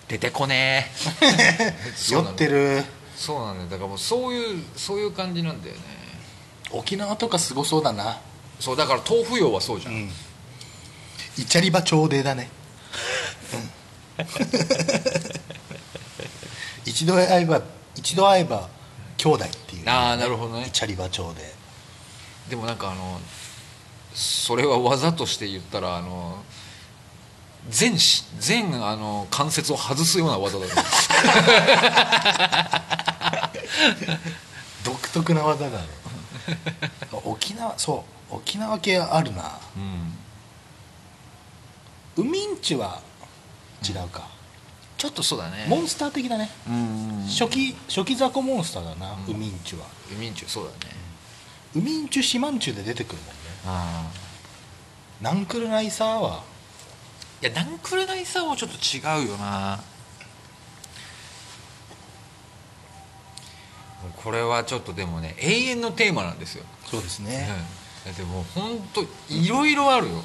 出てこね え
酔ってる
そうなんだよだからもうそういうそういう感じなんだよね
沖縄とかすごそうだな
そうだから豆腐用はそうじゃん、
んイチャリバ朝礼だね、うん一度会えば一度会えば兄弟っていう、
ああなるほどね
イチャリバ朝礼
でもなんかあのそれは技として言ったらあの全し全あの関節を外すような技だ ね
独特な技 だね沖縄そう沖縄系あるな
うん
海んちは違うか、
ちょっとそうだね
モンスター的だね、
うん
初期初期雑魚モンスターだな、海んちは
民中そうだね
海んち島んちで出てくるもんね
ああ
ナンクルナイサーはい
やなんくれないさはちょっと違うよなこれはちょっとでもね永遠のテーマなんですよ、
そうです
うん、
ね、
だってもう本当いろいろあるよ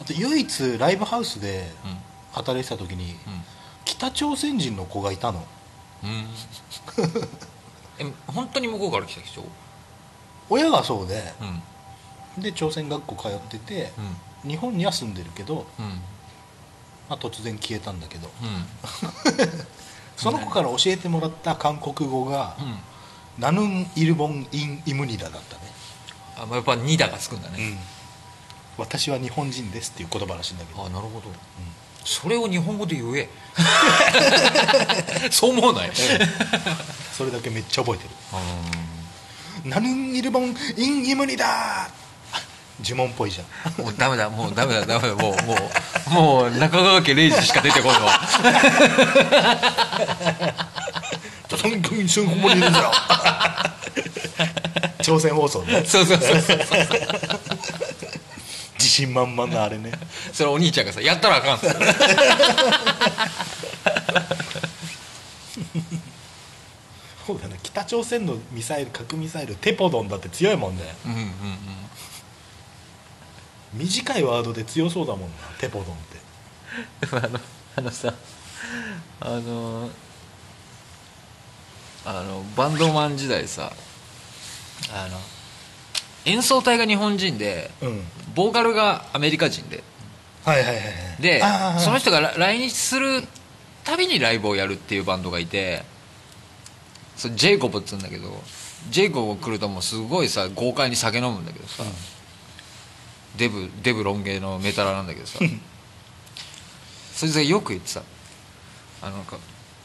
あと唯一ライブハウスで働いてた時に
うん
北朝鮮人の子がいたの
うん え本当に向こうから来た人
親がそうで
うんうん
で朝鮮学校通ってて日本には住んでるけど、
うん
まあ、突然消えたんだけど
うん
その子から教えてもらった韓国語が
うん
「ナヌンイルボン・イン・イムニラ」だったね、
あまあやっぱニダがつくんだね、
私は日本人ですっていう言葉らしいんだけど
あなるほど、それを日本語で 言え そう思わない、
それだけめっちゃ覚えてる
あ
「ナヌンイルボン・イン・イムニラ」呪文っぽいじゃん
ーもうダメだもうダメだダメだもうもうもう中川家礼二しか出てこない わ
ドドングンシュンコモリルジャー朝鮮放送ね
そうそうそうそう
自信満々なあれね
それお兄ちゃんがさやったらあかんっすよ
そうだね北朝鮮のミサイル核ミサイルテポドンだって強いもんね
うんうんうん
短いワードで強そうだもんなテポドンって
でもあのあのさあのあのバンドマン時代さあの演奏隊が日本人で
うん
ボーカルがアメリカ人で
はいはいはいはい
で
あー
その人が来来日するたびにライブをやるっていうバンドがいてそうジェイコブっつうんだけどジェイコブ来るともうすごいさ豪快に酒飲むんだけどさ、デブデブロン毛のメタラなんだけどさそいつがよく言ってさあのなんか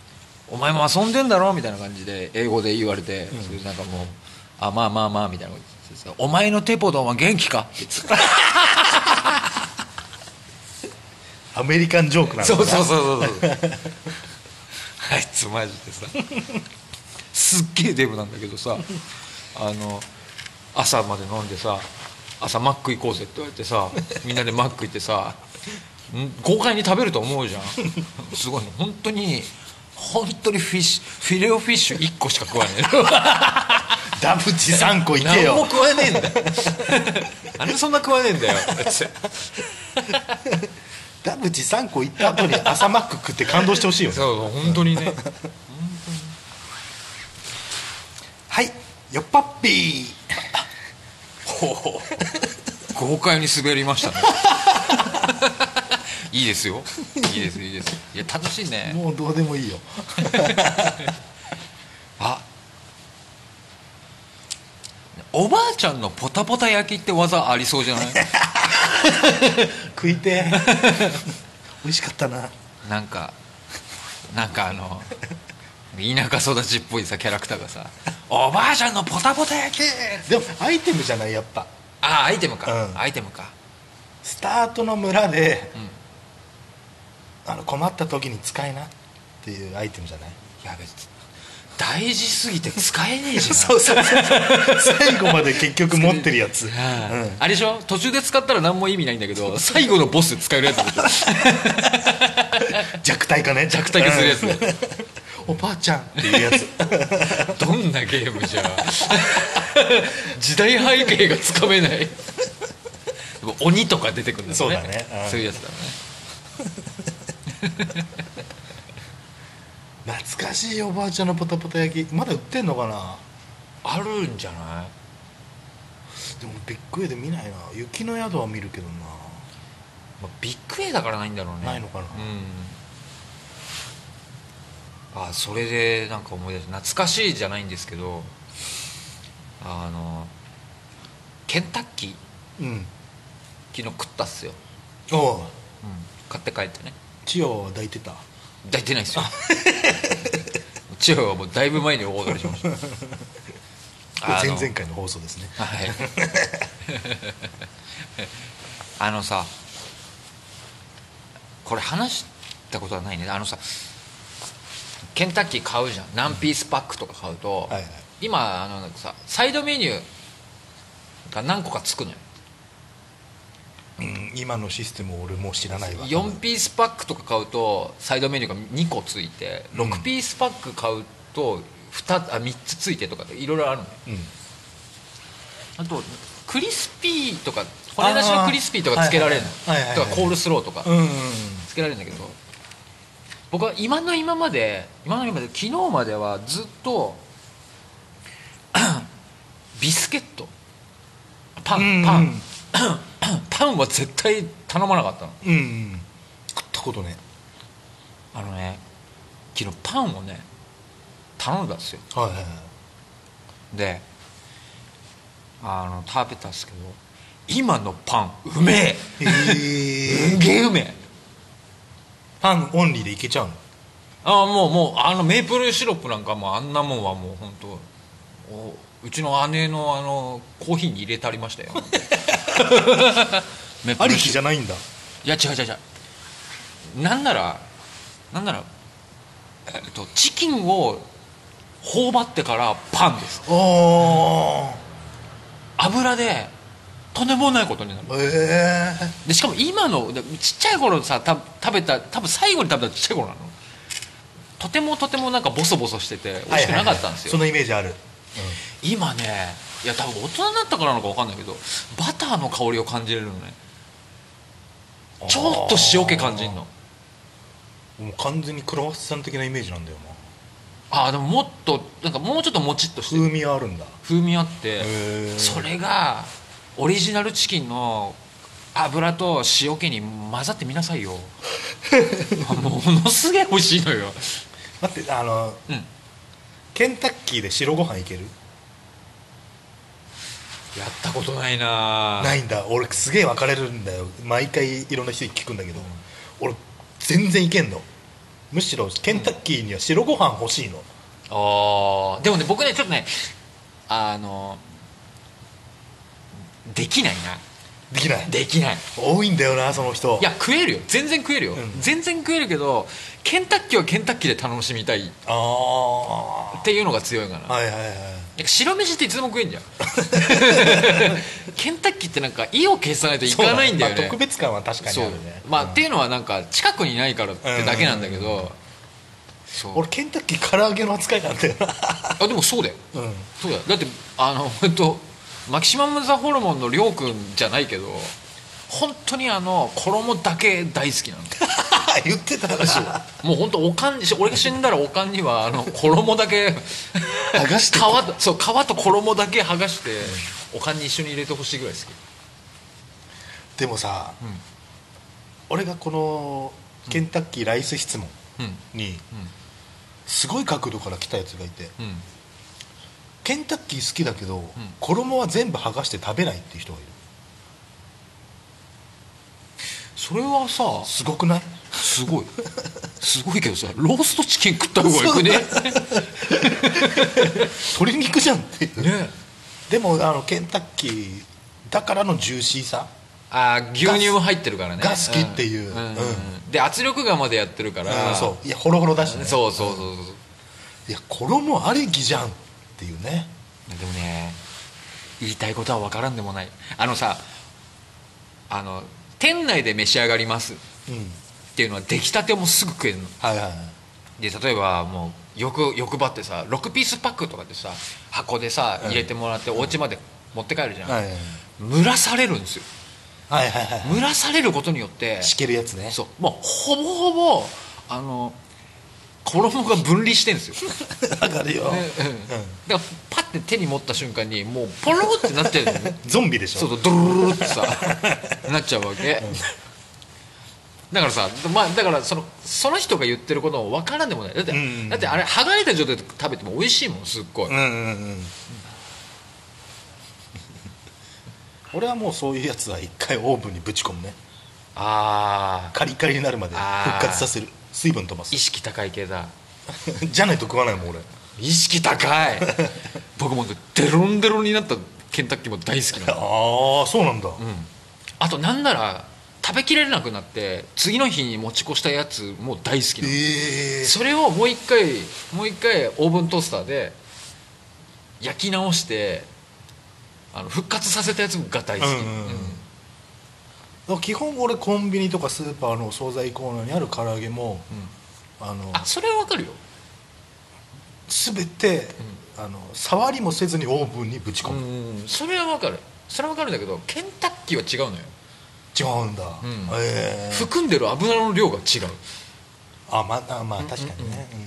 「お前も遊んでんだろ」みたいな感じで英語で言われて、それでなんかもう「あまあまあまあ」みたいなこと言ってさ「お前のテポドンは元気か?」って言ってた
アメリカンジョークなのか
そ
な
うそうそうそうそうあいつマジでさすっげえデブなんだけどさあの朝まで飲んでさ朝マック行こうぜって言われてさみんなでマック行ってさん豪快に食べると思うじゃんすごいね本当に本当にフィッシュフィレオフィッシュ1個しか食わね
ダブチ3個
え
いけ
何も
よ
食わねえんだよなんでそんな食わねえんだよって
ダブチ3個いった後に朝マック食って感動してほしいよね
そう本当にね
はいよっぱっぴー
豪快に滑りましたね いいですよいいですいいですいや楽しいね
もうどうでもいいよ
あおばあちゃんのポタポタ焼きって技ありそうじゃ ない
食いてえ 美味しかったな
なんかなんかあの田舎育ちっぽいさキャラクターがさ「おばあちゃんのポタポタ焼き!
でもアイテムじゃないやっぱ」
あアイテムか、
うん
アイテムか
スタートの村で、あの困った時に使いなっていうアイテムじゃ ない
やべ大事すぎて使えねえじゃ
う
ん
そうそう最後まで結局持ってるやつ、う
はい
ん
あれでしょ途中で使ったら何も意味ないんだけど最後のボスで使えるやつでしょ
弱体化ね
弱体化するやつね
うん おばあちゃんっていうやつ
どんなゲームじゃ時代背景がつかめないでも鬼とか出てくるんだ
そ
よね
うだねうん
そういうやつだね
懐かしいおばあちゃんのポタポタ焼きまだ売ってんのかな
あるんじゃない
でもビッグエイで見ないな雪の宿は見るけどな
まあビッグ A だからないんだろうね
ないのかな
うんあそれでなんか思い出した懐かしいじゃないんですけどあのケンタッキー
うん
昨日食ったっすよ、
おう
うん、買って帰ってね
千代は抱いてた
抱いてないですよ千代はもうだいぶ前にお別れしました
これ
あの
前々回の放送ですね
はいあのさこれ話したことはないねあのさケンタッキー買うじゃん何ピースパックとか買うと、
はいはい
今あのなんかさサイドメニューが何個かつくのよ
うん今のシステム俺もう知らないわ
4ピースパックとか買うとサイドメニューが2個ついて
うん
6ピースパック買うと2つあ3つついてとかっていろいろあるのよ
うん
あとクリスピーとか骨なしのクリスピーとかつけられる
あーはいはいはいはいはい
とかコールスローとか
うんうんうん
つけられるんだけど僕は今の今まで今の今まで昨日まではずっと ビスケットパンパンパンは絶対頼まなかったの
うんうん食ったことね
あのね昨日パンをね頼んだんですよ
はいはいはい
であの食べたんですけど今のパンうめえ
え
すんげえうめえ
パンオンリーでいけちゃうの
ああもうもうあのメープルシロップなんかもうあんなもんはもう本当おうちの姉のあのコーヒーに入れてありましたよ メ
あ
ープ
り
ル
き
シ
じ
ロ
ゃないんだ
ップいや違う違う違うなんならなんなら、えっと、チキンを頬張ってからパンです
あ
油でとんでもないことになる
あええ
でしかも今のでちっちゃい頃さた食べた多分最後に食べたちっちゃい頃なのとてもとてもなんかボソボソしてて美味しくなかったんですよ、
そのイメージある
今ねいや多分大人になったからなのか分かんないけどバターの香りを感じれるのねちょっと塩気感じるの
もう完全にクロワッサン的なイメージなんだよな
ああでももっとなんかもうちょっともちっとしてる
風味はあるんだ
風味あって
へー
それがオリジナルチキンの油と塩気に混ざってみなさい よものすげえ美味しいのよ
待ってあの
うん
ケンタッキーで白ご飯いける
やったことないな
ないんだ俺すげえ分かれるんだよ毎回いろんな人に聞くんだけど、俺全然いけんのむしろケンタッキーには白ご飯欲しいの、
あーでもね僕ねちょっとねあのできない
できない
なできない
多いんだよなその人
いや食えるよ全然食えるよ、
ん
全然食えるけどケンタッキーはケンタッキーで楽しみたいっ
ああ
ていうのが強いかな、
はいはいはい
なんか白飯っていつでも食えん じゃんケンタッキーってなんか意を消さないといかないんだよ
そうまあ
ね
特別感は確かに
そ
あ
う
るね
まあ、っていうのはなんか近くにないからってだけなんだけど、そう
俺ケンタッキー唐揚げの扱いなんだよ な
あでもそうだよ
うん
そうだよだってあの本当マキシマム・ザ・ホルモンのりょうくんじゃないけど本当にあの衣だけ大好きなの
言ってた話を
もう本当おかん俺が死んだらおかんにはあの衣だけ
剥がして
皮とそう皮と衣だけ剥がしておかんに一緒に入れてほしいぐらい好き
でもさ、
ん
俺がこのケンタッキーライス質問
うん
に、すごい角度から来たやつがいて、
うん
ケンタッキー好きだけど、衣は全部剥がして食べないっていう人がいる
それはさ
すごくない
す ごいすごいけどさローストチキン食った方がよくね
鶏肉じゃんっていう
ね
でもあのケンタッキーだからのジューシーさ
あー牛乳も入ってるからね
が好きっていうん
ん
う
で圧力釜までやってるから、
うんそういやホロホロだし、ね、
そうそうそうそう
いや衣ありきじゃんっていうね
でもね言いたいことは分からんでもないあのさあの店内で召し上がりますっ
うん
ていうのは出来たてもすぐ食えるの
はいはいはい
で例えばもう欲欲張ってさ6ピースパックとかでさ箱でさ入れてもらってお家まで持って帰るじゃん、
はいはい
蒸らされるんですよ
はいはいはい
蒸らされることによって
しけるやつね
そうもうほぼほぼあの衣が分離してんですよ
わかる よ、
だからパッて手に持った瞬間にもうポロってなってるのね
ゾンビでしょ
そうそうドロロロってさなっちゃうわけ、だからさ、まあ、だからそのその人が言ってることも分からんでもないだって,、
うんうんうん
だってあれ剥がれた状態で食べても美味しいもんすっごい、
うんうんうん俺はもうそういうやつは一回オーブンにぶち込むね
ああ
カリカリになるまで
あー
復活させる水分飛ばす
意識高い系だ
じゃないと食わないもん俺
意識高 い僕もデロンデロンになったケンタッキーも大好きなの
ああそうなんだ、
あとなんなら食べきれなくなって次の日に持ち越したやつも大好きなの
ええ
それをもう一回もう一回オーブントースターで焼き直してあの復活させたやつが大好き、
うんうんうん
うん
基本俺コンビニとかスーパーのお惣菜コーナーにある唐揚げも、あの
あそれはわかるよ
全て、あの触りもせずにオーブンにぶち込む、
それはわかるそれは分かるんだけどケンタッキーは違うのよ
違うんだ、
うん
ええ
含んでる油の量が違う
あまあまあ確かにね、うん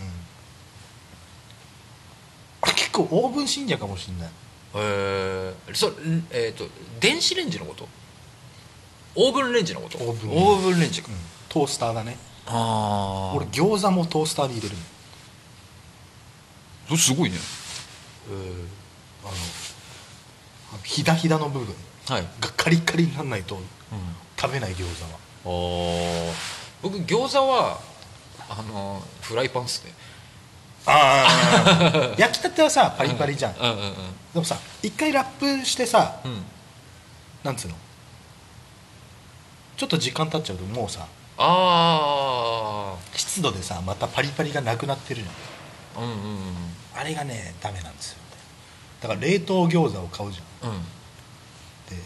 あれ結構オーブン信者かもしれない
えー、そんえー、と電子レンジのことオーブンレンジのこと
オーブン
レンジか、
トースターだね
あ
俺餃子もトースターに入れるの
俺すごいね
あのあのひだひだの部分
はい、うん、
がカリカリにならないと食べない餃子は
あ僕餃子はあのフライパンっすね
ああ 焼きたてはさパリパリじゃん、
うんうんうん
でもさ一回ラップしてさ
うん
なんつうのちょっと時間経っちゃうともうさ
あ
湿度でさまたパリパリがなくなってるじゃん
あうんうんうん
あれがねダメなんですよだから冷凍餃子を買うじゃん
うん
で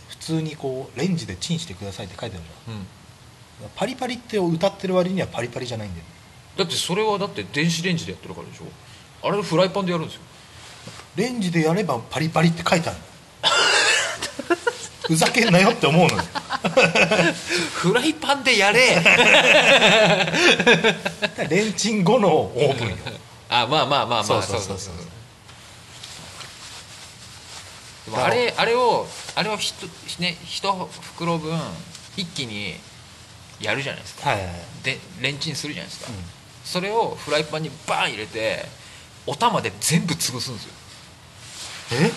普通にこうレンジでチンしてくださいって書いてあるじ
うん
ゃんパリパリって歌ってる割にはパリパリじゃないんだよ
だってそれはだって電子レンジでやってるからでしょあれフライパンでやるんですよ
レンジでやればパリパリって書いてあ るのふざけんなよって思うのよ
フライパンでやれ
だからレンチン後のオーブンよ
あまあまあまあまあ
そうそうそうそう
でもあれあれをあれをひと、ね、一袋分一気にやるじゃないですか
はいはいはい
でレンチンするじゃないですか、
うん
それをフライパンにバーン入れてお玉で全部潰すんですよ
え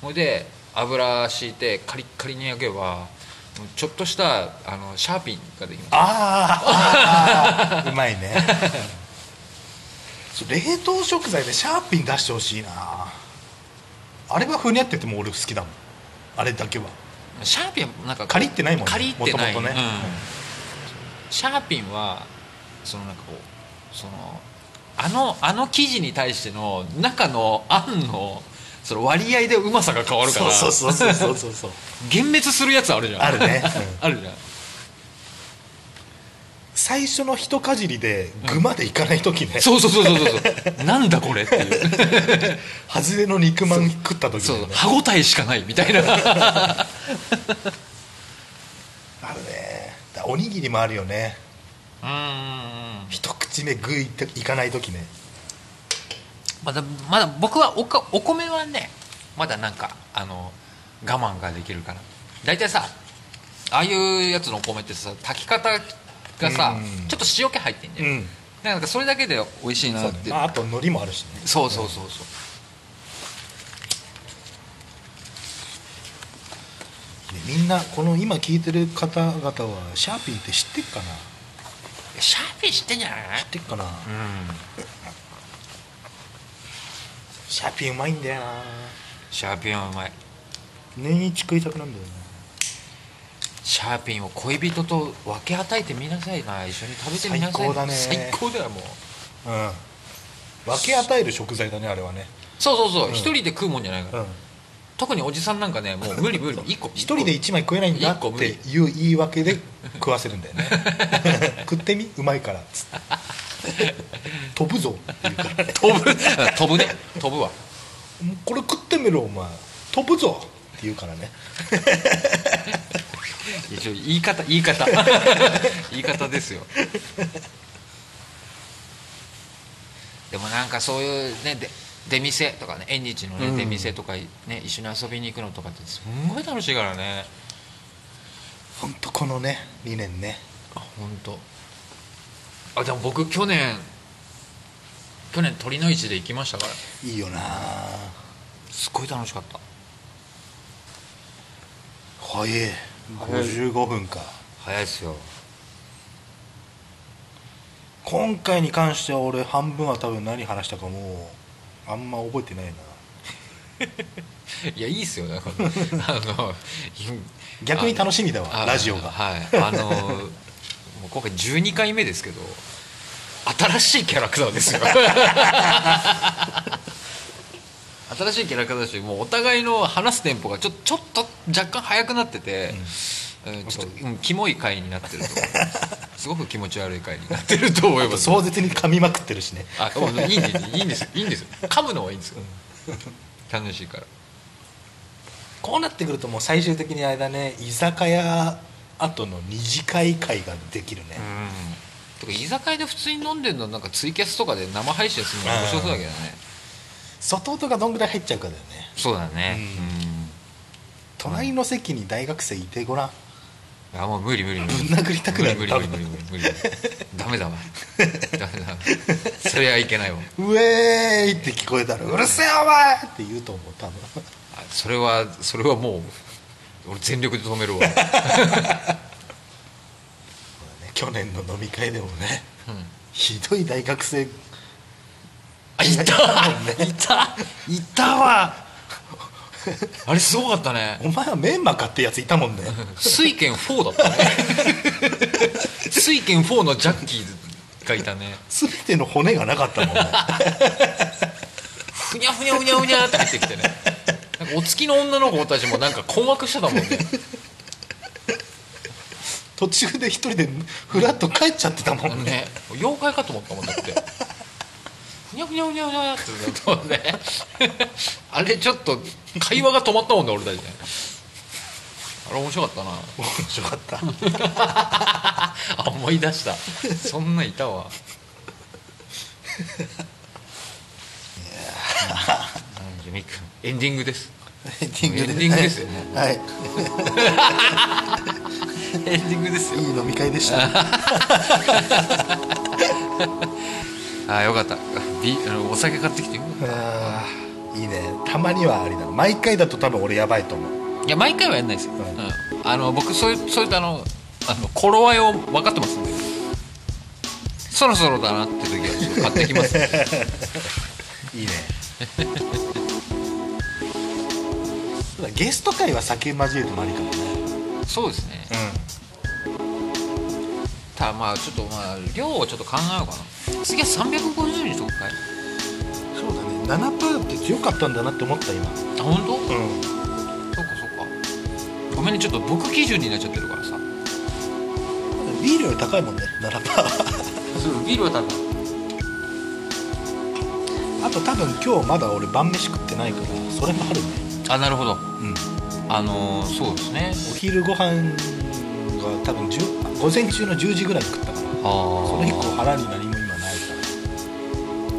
ほいで油敷いてカリッカリに焼けばちょっとしたあのシャーピンができます
あーあ ーうまいねそう冷凍食材でシャーピン出してほしいなあれはふにゃってても俺好きだもんあれだけは
シャーピンはなんか
カリってないもんね
カリってない
もともとね
うんシャーピンはそのなんかこうそのあのあの生地に対しての中のあんのその割合でうまさが変わるから
そうそうそうそうそうそう
幻滅するやつあるじゃん
あるね、うん
あるじゃん
最初の一かじりで具までいかない時ね、
そうそうそうそうそう なんだこれっていう
外れの肉まん食った時
そ
だよ
う
ね
歯応えしかないみたいな
あるねだおにぎりもあるよね
うん
一口目具いっていかない時ね
まだまだ僕はおかお米はねまだなんかあの我慢ができるから大体さああいうやつのお米ってさ炊き方がさ
うん
ちょっと塩気入ってんじゃん、
うん
だからなんかそれだけで美味しい
そ
な
う
っ
ね
て、
まあ、あと海苔もあるしね
そうそうそうそう
でみんなこの今聞いてる方々はシャーピンって知ってっかな
シャーピー知ってんじゃない
知ってっかな
うん
シャーピンうまいんだよな
シャーピンはうまい
年一食いたくなんだよな
シャーピンを恋人と分け与えてみなさいな一緒に食べてみなさい
最高だね
最高だよもう
うん分け与える食材だねあれはね
そうそうそう
うん
一、人で食うもんじゃないか
う
ら、
ん
特におじさんなんかねもう 無理無理一個
一人で一枚食えないんだ
一個
っ
無
て
理
いう言い訳で食わせるんだよね 食ってみうまいからっつって飛ぶぞって言うからね
飛ぶ 飛ぶね飛ぶわ
もうこれ食ってみろお前飛ぶぞって言うからね
一応言い方言い方 言い方ですよでもなんかそういうねで出店とかね縁日のね、
うん
出店とかね一緒に遊びに行くのとかってすんごい楽しいからね
本当このね2年ね
あ本当。あでも僕去年去年鳥の市で行きましたから
いいよな
すっごい楽しかった
早い
早い
55分か
早いですよ
今回に関しては俺半分は多分何話したかもうあんま覚えてないない
やいいっすよだからあの
逆に楽しみだ
あ
わラジオが
はいあのもう今回12回目ですけど新しいキャラクタ ーですよ新しいキャラクターだしもうお互いの話すテンポがちょちょっと若干速くなってて、うんちょっと、うん、キモい回になってると思いますすごく気持ち悪い回になってると思い ます
壮絶に噛みまくってるしね
あもういいんですいいんですいいんです噛むのはいいんですよ楽しいから
こうなってくるともう最終的にあれだね居酒屋後の二次会会ができるね、
とか居酒屋で普通に飲んでるのなんかツイキャスとかで生配信するの面白そうだけどね
外音がどんぐらい入っちゃうかだよね
そうだね
う隣の席に大学生いてごらん
うんあもう無理無理無理
ぶん殴りたくなる
無理無理無理無理無理無理ダメだわダメだわそれはいけないわ
ウェーイって聞こえたら「うるせえお前!」って言うと思う多分
あそれはそれはもう俺全力で止めるわ、
去年の飲み会でもね
うん
ひどい大学生
あいたいた
いたわ
あれすごかったね
お前はメンマかってやついたも んね
水拳4だったね水拳4のジャッキーがいたね
全ての骨がなかったもんね
ふにゃふにゃふにゃふにゃって入ってきてねなんかお月の女の子たちもなんか困惑してたもんね
途中で一人でふらっと帰っちゃってたもんね
ね妖怪かと思ったもんだってふにゃふにゃふにゃふにゃってなったもんねあれちょっと会話が止まったもんね俺たちねあれ面白かったな
面白かった
あ思い出したそんなんいたわなんでみっくんエンディングです
エンディングで
エンディングですよね
はい、
エンディングです
いい飲み会でした
あよかったビあのお酒買ってきてよかっ
あーいいねたまにはありだな毎回だと多分俺やばいと思う
たいや毎回はやんないですよ、
はい
うんあの僕そういうそういったあのあの頃合いを分かってますんでそろそろだなって時はちょっと買ってきます、
いいねそうだゲスト会は酒交えてもありかもね
そうですねただまあちょっとまあ量をちょっと考えようかな次は350にしとくかい
うんそうだね7パーって強かったんだなって思った今
あ本当？
うん
そっかそっかごめんねちょっと僕基準になっちゃってるからさ
ビールより高いもんね7パーは
そうビールは多分
あと多分今日まだ俺晩飯食ってないからそれもあるね
あなるほど
うん
あのーそうですね
お昼ご飯が多分10午前中の10時ぐらいに食ったから
あ
そ
そ
の
れ
以
以
降
降
腹に何も今ないか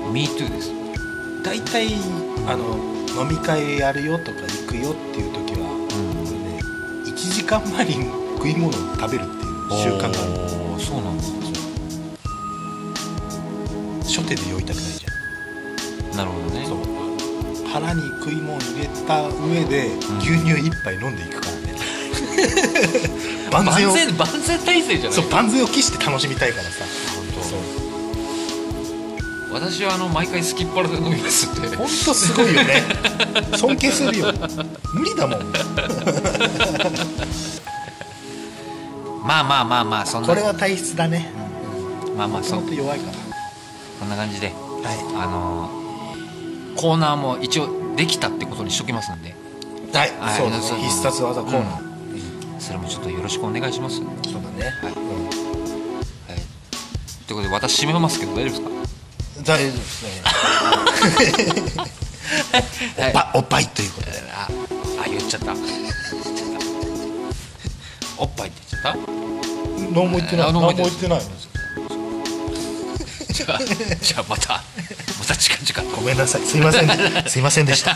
ら
「MeToo」ですう
大体あの飲み会やるよとか行くよっていう時は、
ん
ね、1時間前に食い物を食べるっていう習慣がある
おーそうなんだ
初手で酔いたくないじ
なるほど
ゃ
ね
んそう腹に食い物を入れた上で牛乳1杯飲んでいくからね、万
万
全を
全万全体制じゃない
そう万全を期して楽しみたいからさ
当
そう
私はあの毎回すきっ腹で飲みますって
本当すごいよ ね尊敬するよ無理だもん
まあまあまあまあそんな
これは体質だね
まあまあそ
相
う
当弱いから
こんな感じで
は
あのーコーナーも一応できたってことにしときますんで
い、はい
はい
そうだ
そう
ね必殺技コーナー、
それもちょっとよろしくお願いしますはい
そうだね。う
ということで私締めますけど大丈夫ですか
ん大丈夫ですね。
はい
おっぱ おっぱいということで。
ああ言っちゃった言っちゃ ったおっぱいって言っちゃっ
何も言ってない。
あ
何
何も
も
言
言
っ
っててない。
たじ ゃあじゃあまたまた近 々
ごめんなさい。すいません。すいませんでした。